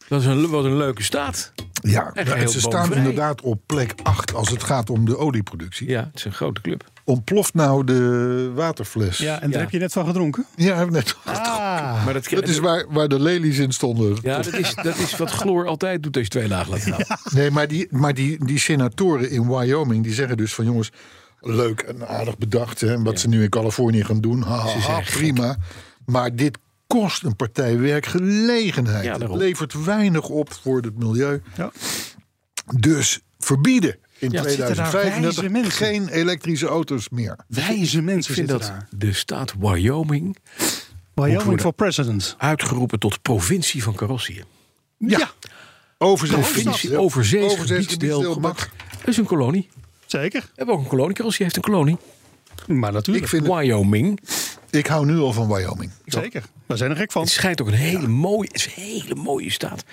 Dat is een, wat een leuke staat.
ja.
Echt
Maar
heel
ze staan
bovenvrij.
inderdaad op plek 8 als het gaat om de olieproductie.
Ja, het is een grote club.
Ontploft nou de waterfles.
Ja, en daar
Ja.
heb je net van gedronken.
Ja, hebben we net.
Ah.
Maar dat,
Dat is waar, waar de lelies in stonden.
ja, dat, is, dat is wat chloor altijd doet als je twee laag laat gaan.
Nee, maar, die, maar die, die senatoren in Wyoming die zeggen dus van jongens, leuk en aardig bedacht. Hè, wat ze nu in Californië gaan doen. Ha, ha, ha, prima. Maar dit kost een partij werkgelegenheid.
Ja,
het
daarom.
levert weinig op voor het milieu.
Ja.
Dus verbieden in
Ja, wat zitten daar wijze
2035
mensen?
geen elektrische auto's meer.
Wijze
Ik
mensen
vind
zitten
dat
daar.
de staat Wyoming
Wyoming
worden.
for president.
uitgeroepen tot provincie van Carrossië.
Ja.
Overzees.
provincie overzees
Oh, Overzees
gebiedsdeel gemaakt. Dat is een kolonie. We
Zeker.
hebben ook een kolonie. Carolsie heeft een kolonie.
Maar natuurlijk.
Ik, vind het- Oh.
Wyoming.
ik hou nu al van Wyoming.
Zeker. Daar zijn er gek van.
Het schijnt ook een hele mooie, het is een hele mooie staat.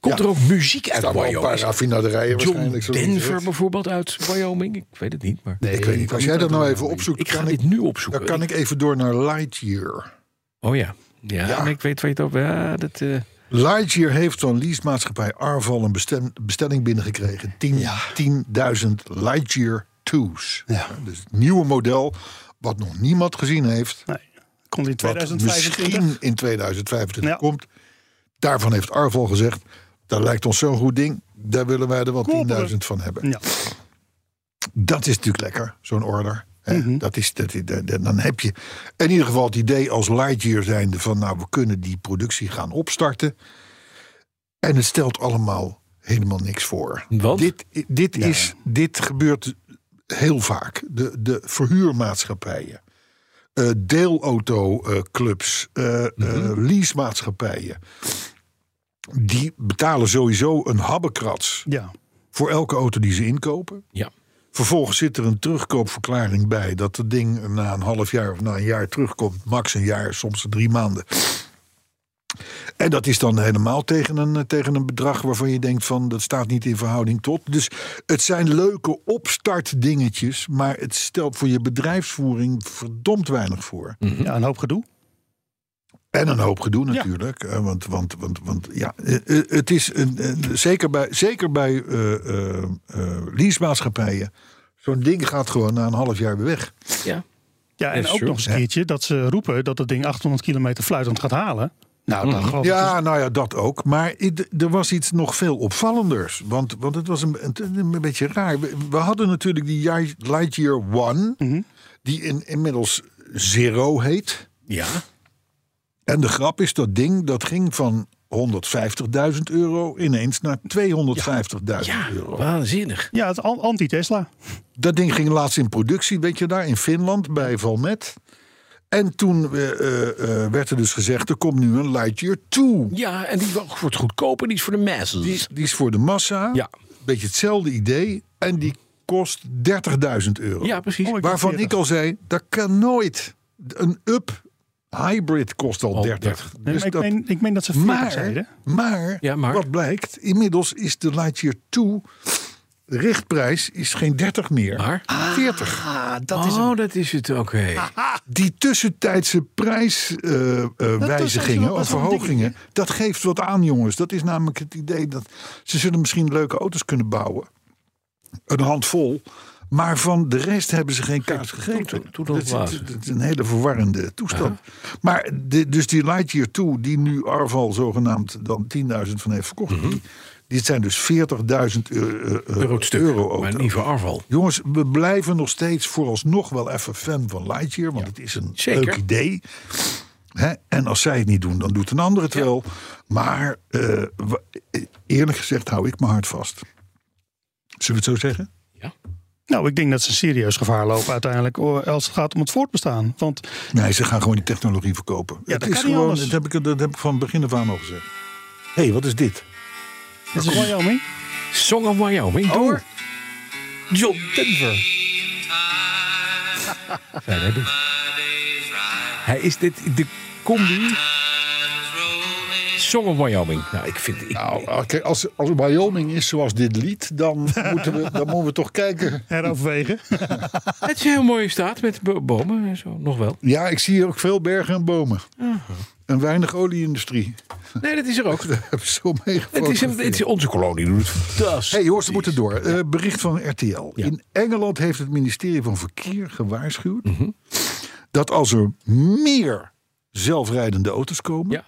Komt er ook muziek
Er
uit
staan wel een paar
Wyoming?
raffinaderijen
John
waarschijnlijk. zo niet
Denver
gezegd.
bijvoorbeeld uit Wyoming? Ik weet het niet, maar
Ik weet niet. Als jij dat nou even opzoekt,
ik ga
kan
dit
ik,
nu
dan
opzoeken.
kan ik even door naar Lightyear.
Oh ja. Ja,
Ja.
en ik weet waar je het over... Ja, dat, eh,
Lightyear heeft van leasemaatschappij Arval een bestem- bestelling binnengekregen. 10 10.000 Lightyear 2's.
Ja.
Dus het nieuwe model wat nog niemand gezien heeft.
Nee. Komt in
Wat
2025.
misschien in 2025
Ja.
komt. Daarvan heeft Arval gezegd, dat lijkt ons zo'n goed ding. Daar willen wij er wel
Koppelen.
10.000 van hebben.
Ja.
Dat is natuurlijk lekker, zo'n order. Hè, dat is, dat, dat- dat- dan heb je in ieder geval het idee als Lightyear zijnde van... nou, we kunnen die productie gaan opstarten. En het stelt allemaal helemaal niks voor.
Want?
Dit, dit, is, dit gebeurt heel vaak. De, de verhuurmaatschappijen, eh deelautoclubs, eh, eh, leasemaatschappijen... die betalen sowieso een habbekrats
ja.
voor elke auto die ze inkopen...
ja.
Vervolgens zit er een terugkoopverklaring bij. Dat het ding na een half jaar of na een jaar terugkomt. Max een jaar, soms drie maanden. En dat is dan helemaal tegen een, eh, tegen een bedrag waarvan je denkt van dat staat niet in verhouding tot. Dus het zijn leuke opstartdingetjes, maar het stelt voor je bedrijfsvoering verdomd weinig voor.
ja, een hoop gedoe.
En een hoop gedoe natuurlijk. eh, Want, want, want, want ja, eh, eh, het is een, een- zeker bij, zeker bij eh, eh, eh, leasemaatschappijen. Zo'n ding gaat gewoon na een half jaar weer weg.
ja.
Ja, en
Yes,
ook
sure.
nog eens een keertje dat ze roepen dat het ding 800 kilometer fluitend gaat halen. Nou, dan geloof ik
Ja, nou ja, dat ook. Maar i- d- er was iets nog veel opvallenders. Want, want het was een, een, een beetje raar. We, we hadden natuurlijk die Jij- Lightyear One, die in, inmiddels Zero heet.
Ja.
En de grap is, dat ding dat ging van 150.000 euro ineens naar 250.000 euro.
Waanzinnig.
Ja, het an- anti-Tesla.
Dus Dat ding ging laatst in productie, weet je daar, in Finland bij Valmet. En toen eh, eh, eh, werd er dus gezegd, er komt nu een Lightyear 2.
Ja, en die wordt goedkoop en die is voor de masses.
Die, die is voor de massa.
Ja.
Beetje hetzelfde idee. En die kost 30.000 euro.
ja, precies.
Oh, ik-
Waarvan
40.
ik al zei, dat kan nooit. Een up hybrid kost al
Al
30.
30.
Nee,
Dus
maar ik,
dat-
meen, ik meen dat ze 40 zeiden.
maar, maar,
Ja, maar.
wat blijkt, inmiddels is de Lightyear 2... de richtprijs is geen 30 meer,
Maar?
40.
oh, dat is het. Oké.
Ah. Die tussentijdse
zijn ze
prijswijzigingen
wel
of
best wel een
verhogingen... dat geeft wat aan, jongens. Dat is namelijk het idee dat ze zullen misschien leuke auto's kunnen bouwen. Een handvol. Maar van de rest hebben ze geen kaas gegeten.
doe dat
Dat is-
maar.
dat is een hele verwarrende toestand. Maar de, dus die Lightyear 2, die nu Arval zogenaamd dan 10.000 van heeft verkocht... die, dit zijn dus 40.000 euro,
Mhm.
eh,
Euro
euro,
het stuk. maar niet voor afval.
Jongens, we blijven nog steeds vooralsnog wel even fan van Lightyear. Want het is een
zeker.
leuk idee. Hè? En als zij het niet doen, dan doet een ander het wel. Maar eh, wa- eh, eerlijk gezegd hou ik mijn hart vast. Zullen we het zo zeggen?
Nou, ik denk dat ze een serieus gevaar lopen uiteindelijk oh, als het gaat om het voortbestaan. Want
Nee, ze gaan gewoon die technologie verkopen. het
dat
is
kan niet
gewoon,
anders.
dat heb, ik, dat heb ik van begin af aan al gezegd. Hé, hey, wat is dit?
het is Wyoming.
Song of Wyoming
Oh.
door John Denver. Zijn hij doet. Hij is dit de combi. Song of Wyoming. Nou, ik vind ik,
Nou, kijk, als, als Wyoming is zoals dit lied, dan moeten we, dan moeten we toch kijken.
Heroverwegen.
het is een heel mooie staat met bo- bomen en zo. Nog wel.
Ja, ik zie hier ook veel bergen en bomen.
Ah.
En weinig olieindustrie.
Nee, dat is er ook.
Daar hebben ze zo mee
Het is, een, het is onze kolonie. Doet het fantastisch.
Hey jongens, we moeten door. Eh, bericht van RTL. In Engeland heeft het ministerie van Verkeer gewaarschuwd...
Mhm.
dat als er meer zelfrijdende auto's komen...
Ja,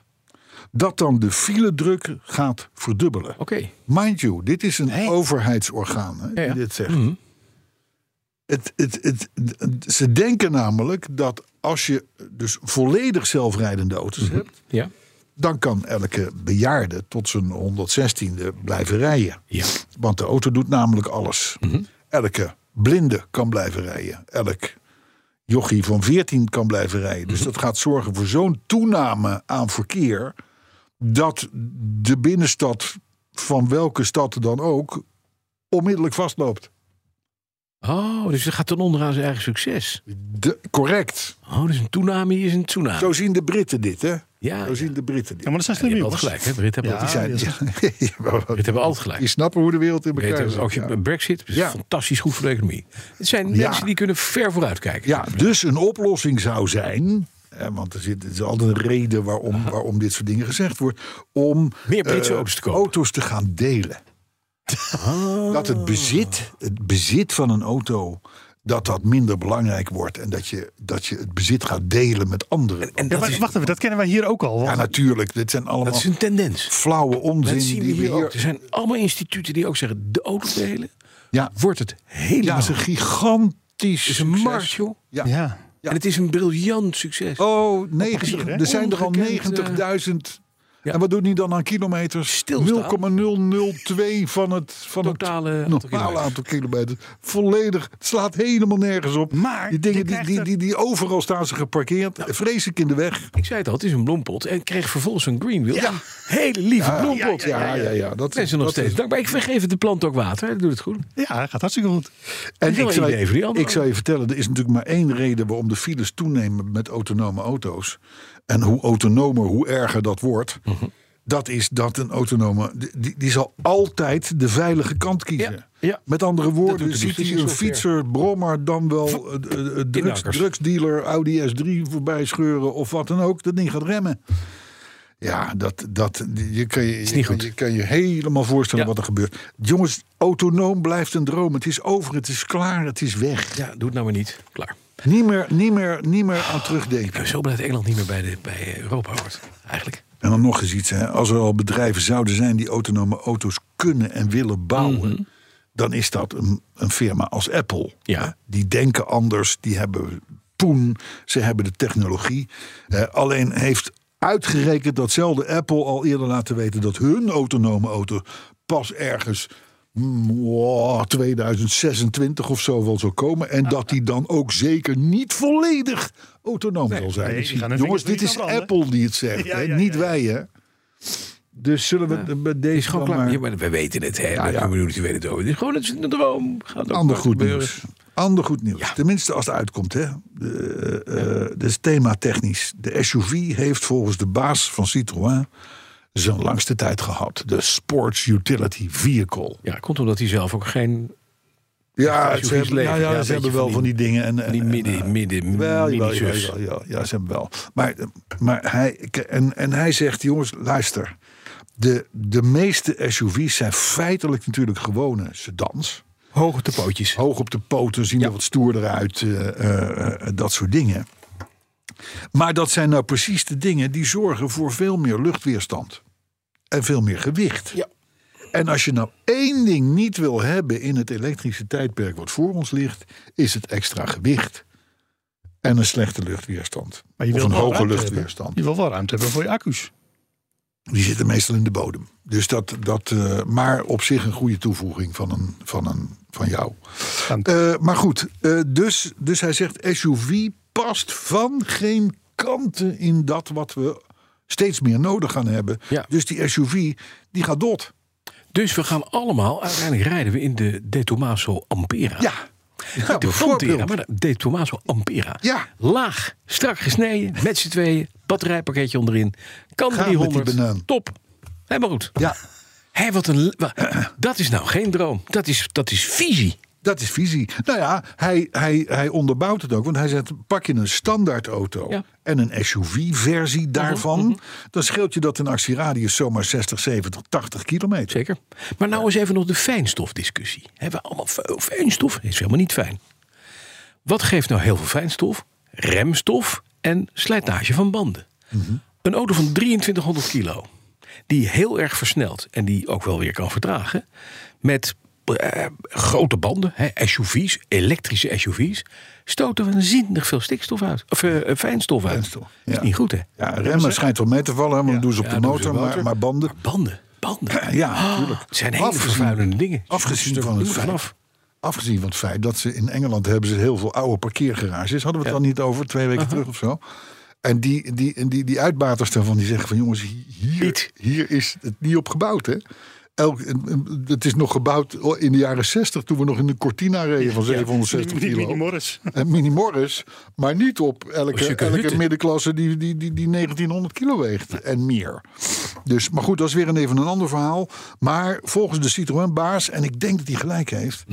dat dan de file-druk gaat verdubbelen.
oké.
Mind you, dit is een overheidsorgaan hè, die
Ja, Mm. ja.
dit zegt.
Mhm,
Het, het, het, d- ze denken namelijk dat als je dus volledig zelfrijdende auto's
Mhm.
hebt...
Ja.
dan kan elke bejaarde tot zijn 116e blijven rijden.
Ja. Mhm.
Want de auto doet namelijk alles. Elke blinde kan blijven rijden. Elk jochie van 14 kan blijven rijden.
Mhm.
Dus dat gaat zorgen voor zo'n toename aan verkeer... dat de binnenstad van welke stad dan ook onmiddellijk vastloopt.
Oh, dus het gaat ten onder aan zijn eigen succes.
De, correct.
Oh, dus een tsunami is een tsunami.
Zo zien de Britten dit, hè?
ja,
Zo
Ah, ja.
zien de Britten dit.
Ja, maar dat zijn
Je
slimme
hebt
jongens.
altijd gelijk, hè? Brit hebben,
Ja,
altijd,
Die zijn,
ja,
ja, maar wat-
Britten hebben altijd gelijk.
die snappen hoe de wereld in elkaar
Beter,
zit.
ook je
ja.
een Brexit is
Ja.
fantastisch goed voor de economie. Het zijn
Ja.
mensen die kunnen ver vooruit kijken.
Ja, dus een oplossing zou zijn. Hè, want er, zit, er is altijd een reden waarom, waarom dit soort dingen gezegd wordt. Om
Meer Britse
eh,
auto's te kopen. Ah.
auto's te gaan delen. Dat het bezit, het bezit van een auto. Dat dat minder belangrijk wordt. En dat je, dat je het bezit gaat delen met anderen.
En
Ja,
dat,
maar
is,
wacht even, dat kennen wij hier ook al. want-
ja, natuurlijk. Dit zijn
dat
allemaal
is een tendens.
flauwe onzin.
Dat zien we
die
hier ook. Er zijn allemaal instituten die ook zeggen, de auto delen
Ja,
wordt het
ja,
helemaal.
het is een gigantisch
het is een
succes.
markt, joh.
Ja.
ja.
Ja.
En het is een briljant succes.
Oh, 90,
papier, hè?
er zijn er al 90.000.
Ongekend, ja.
En wat doet hij dan aan kilometers?
Stilstaan.
0,002 van het, van het
Totale aantal
normale
kilometers.
aantal kilometers. Volledig, het slaat helemaal nergens op.
Maar
die
je
dingen die,
krijgt
die,
er-
die, die overal staan ze geparkeerd. Vreselijk in de weg.
Ik zei het al, het is een bloempot. En ik kreeg vervolgens een greenwheel. Ja. Hele lieve bloempot.
Ja, ja, ja. Dat
Mensen nog
dat
steeds dankbaar. Ik vergeef de plant ook water. Hij doet het goed.
ja, gaat hartstikke goed.
En
Veel
ik zou,
idee voor die
je,
andere
ik zou je vertellen, er is natuurlijk maar één reden waarom de files toenemen met autonome auto's. En hoe autonomer, hoe erger dat wordt.
Mhm.
Dat is dat een autonome, die, die zal altijd de veilige kant kiezen.
Ja, ja.
Met andere
doet
woorden,
de
ziet hij
beslissing
een
zo ver.
fietser, brommer, dan wel eh, eh, eh, drugs,
Inhakkers.
drugsdealer, Audi S3 voorbij scheuren of wat dan ook. Dat ding gaat remmen. Ja, dat, dat, je, kan je, je,
niet
kan,
goed.
je kan je helemaal voorstellen
Ja.
wat er gebeurt. Jongens, autonoom blijft een droom. Het is over, het is klaar, het is weg.
Ja, doe het nou maar niet. Klaar.
Niet meer, niet meer, niet meer aan
Ik
terugdenken.
ben zo blij dat Engeland niet meer bij, de, bij Europa hoort. Eigenlijk.
En dan nog eens iets. Hè. Als er al bedrijven zouden zijn die autonome auto's kunnen en willen bouwen...
Mhm.
dan is dat een, een firma als Apple.
Ja.
hè. Die denken anders, die hebben poen, ze hebben de technologie. Hè, alleen heeft uitgerekend datzelfde Apple al eerder laten weten... dat hun autonome auto pas ergens... mm, wow, 2026 of zo wel zal komen.
Ah.
En dat die dan ook zeker niet volledig autonoom zal zijn.
nee, die gaan hun
Jongens, dit
vingers
is
niet aan branden.
Apple die het zegt,
Ja,
hè?
ja,
niet
ja, ja.
wij, hè? Dus zullen we het bij
Het is
deze
gewoon eh,
dan
klaar.
maar-
Ja, maar we weten het. Hè.
Ja, ja.
Ik bedoel, je weet het ook. Het is gewoon het is een droom. Gaat ook
Ander
maar
goed
gebeuren.
nieuws. Ander goed nieuws. Tenminste, als het uitkomt. Hè. De, eh, eh, dit is thema technisch. De SUV heeft volgens de baas van Citroën zijn langste tijd gehad. De Sports Utility Vehicle.
Ja, komt omdat hij zelf ook geen
Ja,
SUV's
ze hebben,
leven.
ja,
Ja,
ja,
een
ze
beetje
hebben
van
wel
die-
van die dingen. En, en-
die
en,
midden, midden,
Wel,
mini
jawel, jawel, jawel, jawel. ja, ze hebben wel. Maar, maar hij, k- en, en hij zegt, jongens, luister. De, de meeste SUV's zijn feitelijk natuurlijk gewone sedans.
Hoog op de pootjes.
Hoog op de poten, zien er wat stoerder uit, eh, eh, eh, dat soort dingen. Maar dat zijn nou precies de dingen die zorgen voor veel meer luchtweerstand. En veel meer gewicht.
Ja.
En als je nou één ding niet wil hebben in het elektrische tijdperk wat voor ons ligt, is het extra gewicht. En een slechte luchtweerstand.
Maar je
of
wilt
een
wel
hoge
ruimte
luchtweerstand.
Je wil wel ruimte hebben voor je accu's.
Die zitten meestal in de bodem. Dus dat, dat eh, maar op zich een goede toevoeging van, een, van, een, van jou.
Ja.
Eh, maar goed, eh, dus, dus hij zegt SUV past van geen kanten in dat wat we steeds meer nodig gaan hebben.
Ja.
Dus die SUV, die gaat dood.
Dus we gaan allemaal, uiteindelijk rijden we in de De Tomaso Ampera.
Ja, ja
de Frontera,
bijvoorbeeld.
maar de De Tomaso Ampera.
Ja.
Laag, strak gesneden, met z'n tweeën, batterijpakketje onderin. Kan
Gaan met die
300,
banaan.
top. Helemaal goed.
Ja,
Hé, wat een, wa- dat is nou geen droom, dat is, dat is visie.
dat is visie. Nou ja, hij, hij, hij onderbouwt het ook. Want hij zegt, pak je een standaardauto
Ja. Mhm,
en een SUV-versie daarvan... dan scheelt je dat een actieradius zomaar 60, 70, 80 kilometer.
Zeker. Maar nou eens even nog de fijnstofdiscussie. Hebben we allemaal veel fijnstof? Is helemaal niet fijn. Wat geeft nou heel veel fijnstof? Remstof en slijtage van banden.
Mhm.
Een auto van 2300 kilo, die heel erg versnelt en die ook wel weer kan vertragen, met eh, grote banden, hè, SUV's, elektrische SUV's, stoten waanzinnig veel stikstof uit, of eh, fijnstof uit.
Fijnstof,
Dat
ja.
is niet goed, hè?
Ja, remmen schijnt wel mee te vallen, hè, want dat doen ze op
Ja,
de
doen ze
motor, maar, maar banden.
Banden, banden.
Ja,
Ah,
natuurlijk.
het zijn hele
Afgezien-
vervuilende dingen.
Afgezien van
Moet
het
er
feit,
vanaf.
afgezien van het feit dat ze in Engeland hebben ze heel veel oude parkeergarages. Hadden we het dan niet over twee weken
Uh-huh.
terug of zo? En die, die, en die, die uitbaters daarvan die zeggen van jongens, hier,
Niet.
hier is het niet op gebouwd. Hè? Elk, het is nog gebouwd in de jaren 60 toen we nog in de Cortina reden van 760
Die Minnie
kilo.
Morris.
En Mini Morris, maar niet op
Op
elke,
zulke
elke
hutten.
middenklasse die, die, die, die 1900 kilo weegt en meer. Dus, maar goed, dat is weer een, even een ander verhaal. Maar volgens de Citroën-baas, en ik denk dat hij gelijk heeft,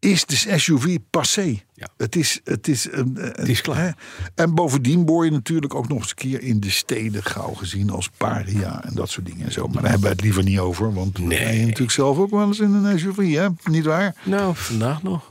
is de SUV passé.
Mhm. Ja.
Het, is, het, is, een- een-
is klaar.
hè? En bovendien word je natuurlijk ook nog eens een keer in de steden gauw gezien als paria en dat soort dingen en zo. Maar daar hebben we het liever niet over, want nee.
Nee.
ben je natuurlijk zelf ook wel eens in een SUV, hè? Niet waar?
Nou, vandaag nog.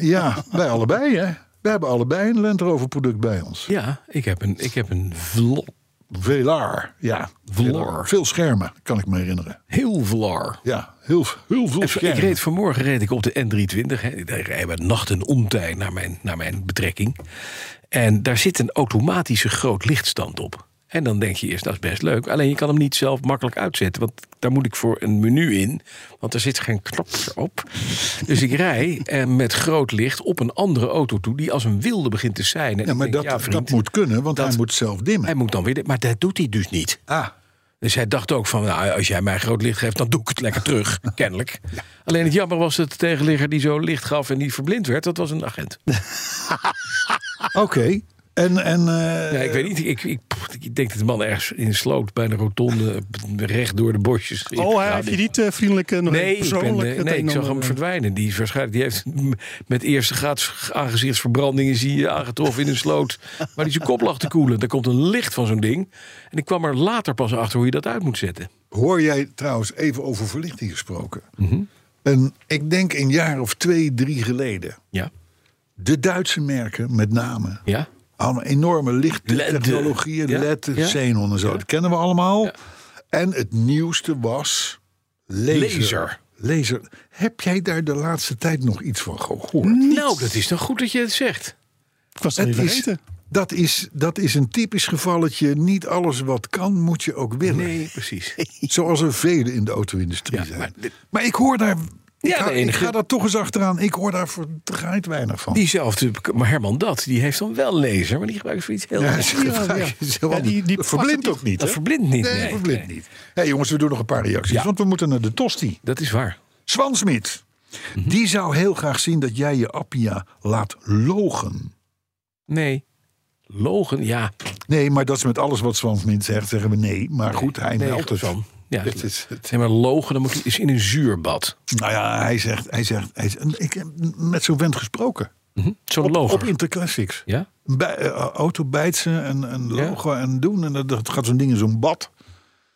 Ja, wij allebei, hè? We hebben allebei een Land Rover product bij ons.
Ja, ik heb een, ik heb een vlot.
Velar, ja.
Velar.
Velar. Veel schermen, kan ik me herinneren.
Heel vlaar.
Ja, heel, heel veel
Ik
schermen.
reed vanmorgen reed ik op de N320. Hè. Daar rijden we nacht en omtijd naar mijn, naar mijn betrekking. En daar zit een automatische groot lichtstand op. En dan denk je eerst, dat is best leuk. Alleen je kan hem niet zelf makkelijk uitzetten. Want daar moet ik voor een menu in. Want er zit geen knopje op. Dus ik rij eh, met groot licht op een andere auto toe... die als een wilde begint te zijn.
ja, maar dat, dat moet kunnen, want
dat-
hij moet zelf dimmen.
Hij moet dan weer... Maar dat doet hij dus niet.
ah,
Dus hij dacht ook van, nou, als jij mij groot licht geeft, dan doe ik het lekker terug, kennelijk. Alleen het jammer was dat de tegenligger die zo licht gaf en die verblind werd, dat was een agent.
oké. En, en eh,
Ja, ik weet niet, ik, ik, pff, ik denk dat de man ergens in sloot bij een rotonde, recht door de bosjes.
Oh,
Ja,
hij heeft je
dit-
niet eh, vriendelijk eh, nog
Nee,
even
ik, ben,
persoonlijk.
eh,
het
nee,
een
ik zag
en
hem
ander-
verdwijnen. Die, is waarschijnlijk, die heeft m- met eerste graads aangezichtsverbrandingen zie je aangetroffen in een sloot. Waar die zijn kop lag te koelen. Daar komt een licht van zo'n ding. En ik kwam er later pas achter hoe je dat uit moet zetten.
Hoor jij trouwens even over verlichting gesproken?
Mhm.
En ik denk een jaar of twee, drie geleden.
Ja,
De Duitse merken met name.
ja.
Hadden enorme lichttechnologieën.
LED, ja,
LED,
ja.
xenon en zo. Dat kennen we allemaal. En het nieuwste was laser.
Laser.
Laser. Heb jij daar de laatste tijd nog iets van gehoord?
Nou, dat is dan goed dat je het zegt.
Ik was het
Het
even
is,
vergeten.
dat, is, dat is een typisch gevalletje. Niet alles wat kan, moet je ook willen.
Nee, precies.
Zoals er velen in de auto-industrie
Ja,
zijn. Maar,
maar dit-
ik hoor daar. Ik,
Ja,
ga,
de
ik
enige-
ga daar toch eens achteraan. Ik hoor daar verdraaid weinig van.
Diezelfde, maar Herman Dat, die heeft dan wel laser, maar die gebruikt voor iets heel
Ja,
anders.
ze gebruiken ze wel
Ja, die-
niet.
die
Dat verblindt
pakt
ook niet.
Dat
hè?
verblindt niet.
Nee,
nee.
verblindt
Nee.
niet. Hé jongens, we doen nog een paar reacties.
Ja.
Want we moeten naar de tosti.
Dat is waar.
Swansmit. Die zou heel graag zien dat jij je Appia laat logen.
Nee. Logen, ja.
Nee, maar dat is met alles wat Swansmit zegt, zeggen we nee. Maar goed, hij
Nee,
meldt het.
van. Ja,
Dit is het.
Nee, maar logen, dan moet je, is in een zuurbad.
Nou ja, hij zegt, hij zegt, hij zegt ik heb met zo'n vent gesproken.
Mhm. Zo'n logen.
Op Interclassics.
ja?
bij, eh, auto bijtsen en, en
Ja.
logo en doen. En dat, dat gaat zo'n ding in zo'n bad.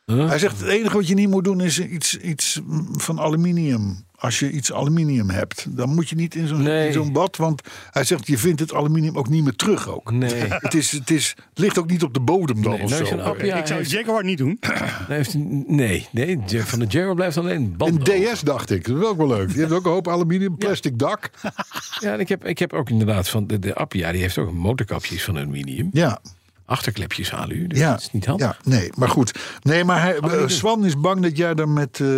Huh?
Hij zegt, het enige wat je niet moet doen is iets, iets mm, van aluminium. Als je iets aluminium hebt, dan moet je niet in zo'n
Nee.
in zo'n bad. Want hij zegt, je vindt het aluminium ook niet meer terug ook.
Nee.
Het, is, het, is, het ligt ook niet op de bodem dan
Nee,
of
nou is
zo.
een Appia
ik zou
heeft-
Jaguar niet doen.
hij heeft een- nee, nee, Jer- van de Jaguar blijft alleen band.
Een DS dacht ik, dat is ook wel leuk. Die heeft ook een hoop aluminium, plastic dak.
Ja, en ik heb, ik heb ook inderdaad van de, de Appia, die heeft ook motorkapjes van aluminium.
Ja,
Achterklepjes alu, dus
Ja,
dat is niet handig. Oh, dus-
Ja, nee, maar goed. Nee, maar hij, eh, Swan is bang dat jij er met, eh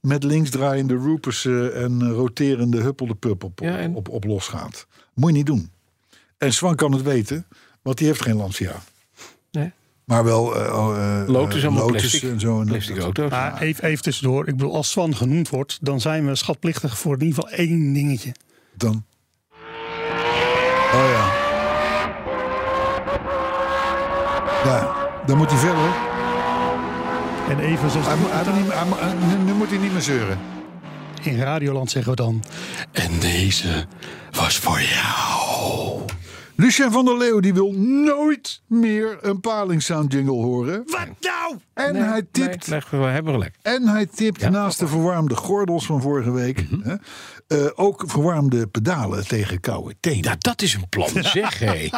met linksdraaiende roepers eh, en eh, roterende huppelde pup op,
Ja, en?
op, op los gaat. Moet je niet doen. En Swan kan het weten, want die heeft geen Lancia.
Nee.
Maar wel eh, oh, eh,
Lotus,
eh,
allemaal
Lotus
plastic,
en zo. En dat-
plastic auto's.
Maar even, even tussendoor. Ik bedoel, als Swan genoemd wordt, dan zijn we schatplichtig voor in ieder geval één dingetje.
Dan. Oh ja. Ja, dan moet hij verder.
En even zoals
Hij, moet- hij moet niet meer- hij moet- hij- nu- nu moet hij niet meer zeuren.
in Radioland zeggen we dan. En deze was voor jou.
Lucien van der Leeuw die wil nooit meer een palingsound jingle horen.
Wat nou?
En hij tipt,
Nee, nee, we hebben gelijk.
en hij tipt naast de verwarmde gordels van vorige week
Mhm.
hè, eh, ook verwarmde pedalen tegen koude tenen.
Ja, nou, dat is een plan, zeg hé.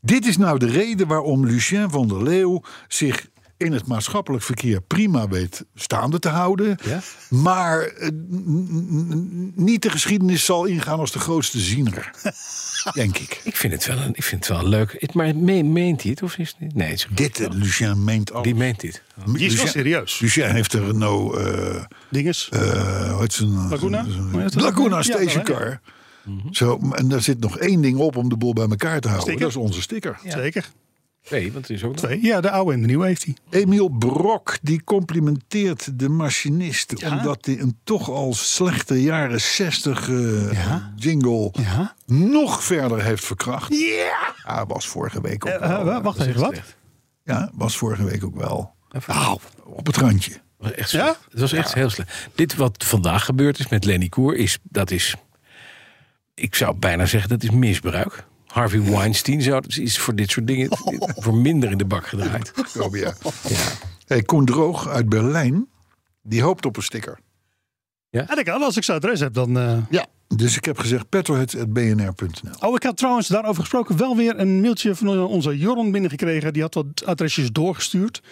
Dit is nou de reden waarom Lucien van der Leeuw zich in het maatschappelijk verkeer prima weet staande te houden.
Ja.
Maar eh, n- n- niet de geschiedenis zal ingaan als de grootste ziener. denk ik.
Ik vind het wel, een, ik vind het wel een leuk. Het- maar me- meent hij het of is het niet? Nee, het is-
Dit, eh, Lucien meent al.
die meent dit.
Die is wel serieus.
Lucien heeft de Renault... eh,
Dinges.
eh hoe heet ze?
Laguna?
Zo'n- zo'n-
Hoe heet dat?
Laguna
Ja,
Station
wel, hè?
Car. Zo, en daar zit nog één ding op om de boel bij elkaar te houden.
Sticker?
Dat is onze sticker.
Zeker.
Nee, want het is ook nog.
Twee. Ja, de oude en de nieuwe heeft hij.
Emiel Brok die complimenteert de machinist omdat hij een toch al slechte jaren 60 eh, jingle
Ja.
nog verder heeft verkracht. Ja! was vorige week ook wel.
Eh, wacht even, wat?
Ja, was vorige week ook wel. Nou, op het randje.
Het was echt,
Ja?
slecht. Het was echt heel slecht. Dit wat vandaag gebeurd is met Lenny Koer, is, dat is... Ik zou bijna zeggen, dat is misbruik. Harvey Weinstein zou, is voor dit soort dingen voor minder in de bak gedraaid.
Kobe, ja. Hey, Koen Droog uit Berlijn, die hoopt op een sticker.
Ja, dat kan. Als ik zijn adres heb, dan... eh,
Ja. Dus ik heb gezegd petrohead.bnr.nl.
Oh, ik had trouwens daarover gesproken wel weer een mailtje van eh, onze Joron binnengekregen. Die had wat adresjes doorgestuurd.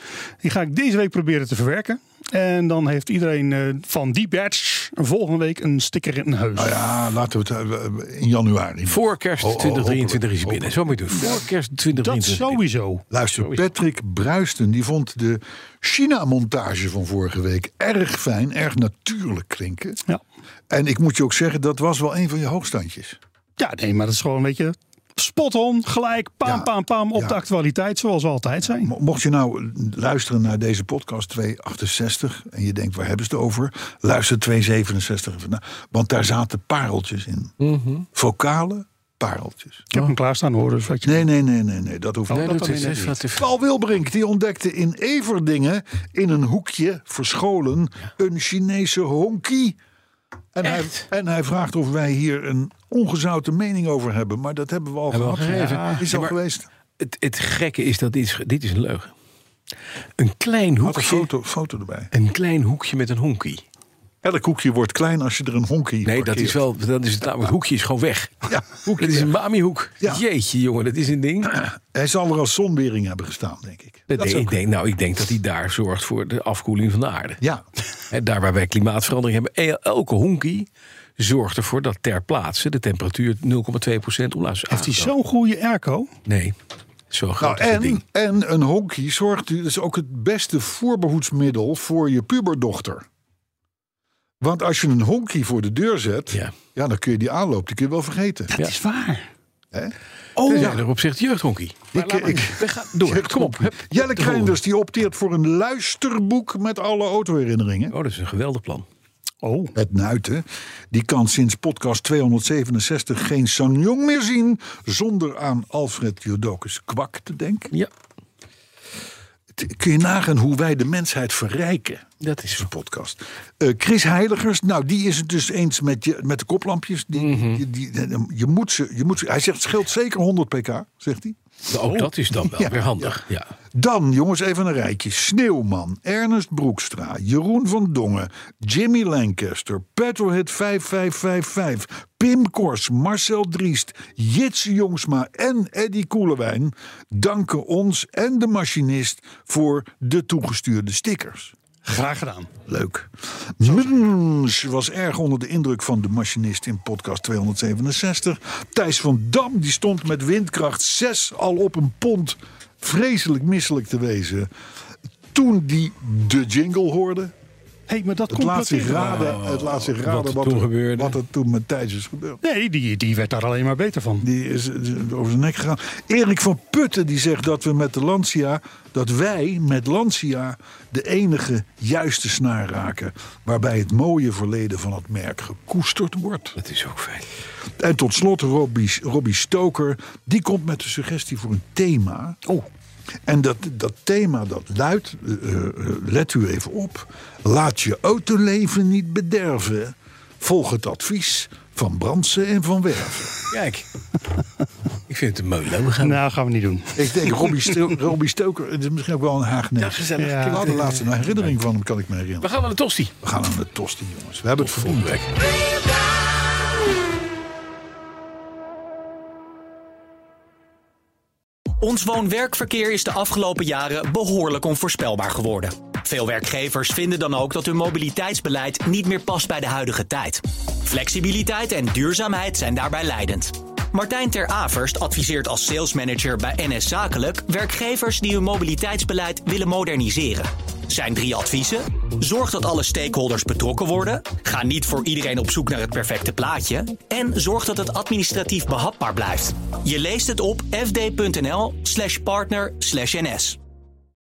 Die ga ik deze week proberen te verwerken. En dan heeft iedereen eh, van die batch volgende week een sticker in huis.
Nou ja, laten we het eh, in januari.
Voor kerst
Oh, oh,
2023 is
hopelijk,
hij binnen. Zo moet je het doen. Voor kerst
Dat
2023.
sowieso.
Luister, Patrick Bruisten die vond de China-montage van vorige week erg fijn, erg natuurlijk klinken.
Ja.
En ik moet je ook zeggen, dat was wel een van je hoogstandjes.
ja, nee, maar dat is gewoon een beetje spot on. Gelijk, paam,
Ja,
paam, paam. Op
ja.
de actualiteit, zoals we altijd zijn.
Mo- Mocht je nou luisteren naar deze podcast 268 en je denkt, waar hebben ze het over? Luister 267 even naar, want daar zaten pareltjes in.
Mhm.
Vocale pareltjes.
Ik heb hem klaarstaan hoor, dus wat je...
Nee, nee, nee, nee, nee, dat hoeft
Nee,
niet.
Oh, dat is even wat te veel.
Paul Wilbrink die ontdekte in Everdingen in een hoekje verscholen een Chinese honkie. En hij, en hij vraagt of wij hier een ongezouten mening over hebben. Maar dat hebben we al
Hebben we al
gehad.
gegeven.
Ja. Is
Ja,
al
maar-
geweest.
Het, het gekke is dat dit is, dit is een leugen. Een klein
Had een
hoekje,
foto, foto erbij.
een klein hoekje met een honkie.
Elk hoekje wordt klein als je er een honkie in
Nee, dat
parkeert.
is wel. Dat is het, namelijk, het hoekje is gewoon weg.
Ja, hoekje
Het is
weg.
een Bami-hoek.
Ja.
Jeetje, jongen, dat is een ding.
Hij zal er als zonwering hebben gestaan, denk ik.
Dat
is
denk, ik,
ook-
denk, nou, ik denk dat hij daar zorgt voor de afkoeling van de aarde.
Ja,
En daar waar wij klimaatverandering hebben, el- elke honkie zorgt ervoor dat ter plaatse de temperatuur 0,2% omlaag is. Ah,
Heeft hij zo'n goede airco?
Nee, zo'n groot
nou,
is het ding.
en, en een honkie zorgt u, dat is ook het beste voorbehoedsmiddel voor je puberdochter. Want als je een honkie voor de deur zet,
Ja.
ja. dan kun je die aanloop, die kun je wel vergeten.
Dat is waar.
Hè?
Oh, ja. er op zich jeugdhonkie. Maar
Ik-
laat maar-
ik-
we gaan door. Kom op. hup,
Jelle
de volgende.
Kreinders die opteert voor een luisterboek met alle autoherinneringen.
Oh, dat is een geweldig plan.
Oh,
Het Nuiten, die kan sinds podcast 267 geen Sanjong meer zien... zonder aan Alfred Jodokus Kwak te denken.
Ja,
T- Kun je nagaan hoe wij de mensheid verrijken?
dat is zo.
Deze podcast. Eh, Chris Heiligers, nou die is het dus eens met, je, met de koplampjes. Die,
Mhm.
die, die- die- je moet ze, je moet ze, hij zegt, het scheelt zeker 100 pk, zegt hij.
Ook dat is dan wel
Ja,
weer handig. Oh. Ja.
Dan, jongens, even een rijtje. Sneeuwman, Ernest Broekstra, Jeroen van Dongen, Jimmy Lancaster, Petrohead 5555, Pim Kors, Marcel Driest, Jits Jongsma en Eddy Koelewijn danken ons en de machinist voor de toegestuurde stickers.
graag gedaan.
Leuk. Muns was erg onder de indruk van de machinist in podcast 267. Thijs van Dam die stond met windkracht 6 al op een pond vreselijk misselijk te wezen. Toen die de jingle hoorde,
hey, maar dat
het laat
komt
zich raden, het laat zich raden
Oh, er
wat,
toen
er,
gebeurde.
wat er toen met Thijs is gebeurd.
Nee, die, die werd daar alleen maar beter van.
Die is eh, over zijn nek gegaan. Erik van Putten die zegt dat we met de Lancia, dat wij met Lancia de enige juiste snaar raken. Waarbij het mooie verleden van het merk gekoesterd wordt.
Dat is ook fijn.
En tot slot Robbie, Robbie Stoker, die komt met de suggestie voor een thema.
Oh.
En dat, dat thema dat luidt, eh, eh, eh, let u even op, laat je autoleven niet bederven. Volg het advies van Brandsen en van Werven.
Kijk, ik vind het een mooi logo.
Nou, gaan we niet doen.
Ik denk, Robbie, Stil- Robbie Stoker, het is misschien ook wel een Haagnees.
gezellig.
Ja.
Ik had de laatste herinnering van hem, kan ik me
We
herinneren.
gaan naar de tosti.
We gaan aan de tosti, jongens. We hebben het verdiend.
Volgende week.
Ons woon-werkverkeer is de afgelopen jaren behoorlijk onvoorspelbaar geworden. Veel werkgevers vinden dan ook dat hun mobiliteitsbeleid niet meer past bij de huidige tijd. Flexibiliteit en duurzaamheid zijn daarbij leidend. Martijn Ter Averst adviseert als salesmanager bij NS Zakelijk werkgevers die hun mobiliteitsbeleid willen moderniseren.
Zijn drie adviezen? Zorg dat alle stakeholders betrokken worden. Ga niet voor iedereen op zoek naar het perfecte plaatje. En zorg dat het administratief behapbaar blijft. Je leest het op fd.nl/slash partner/ns.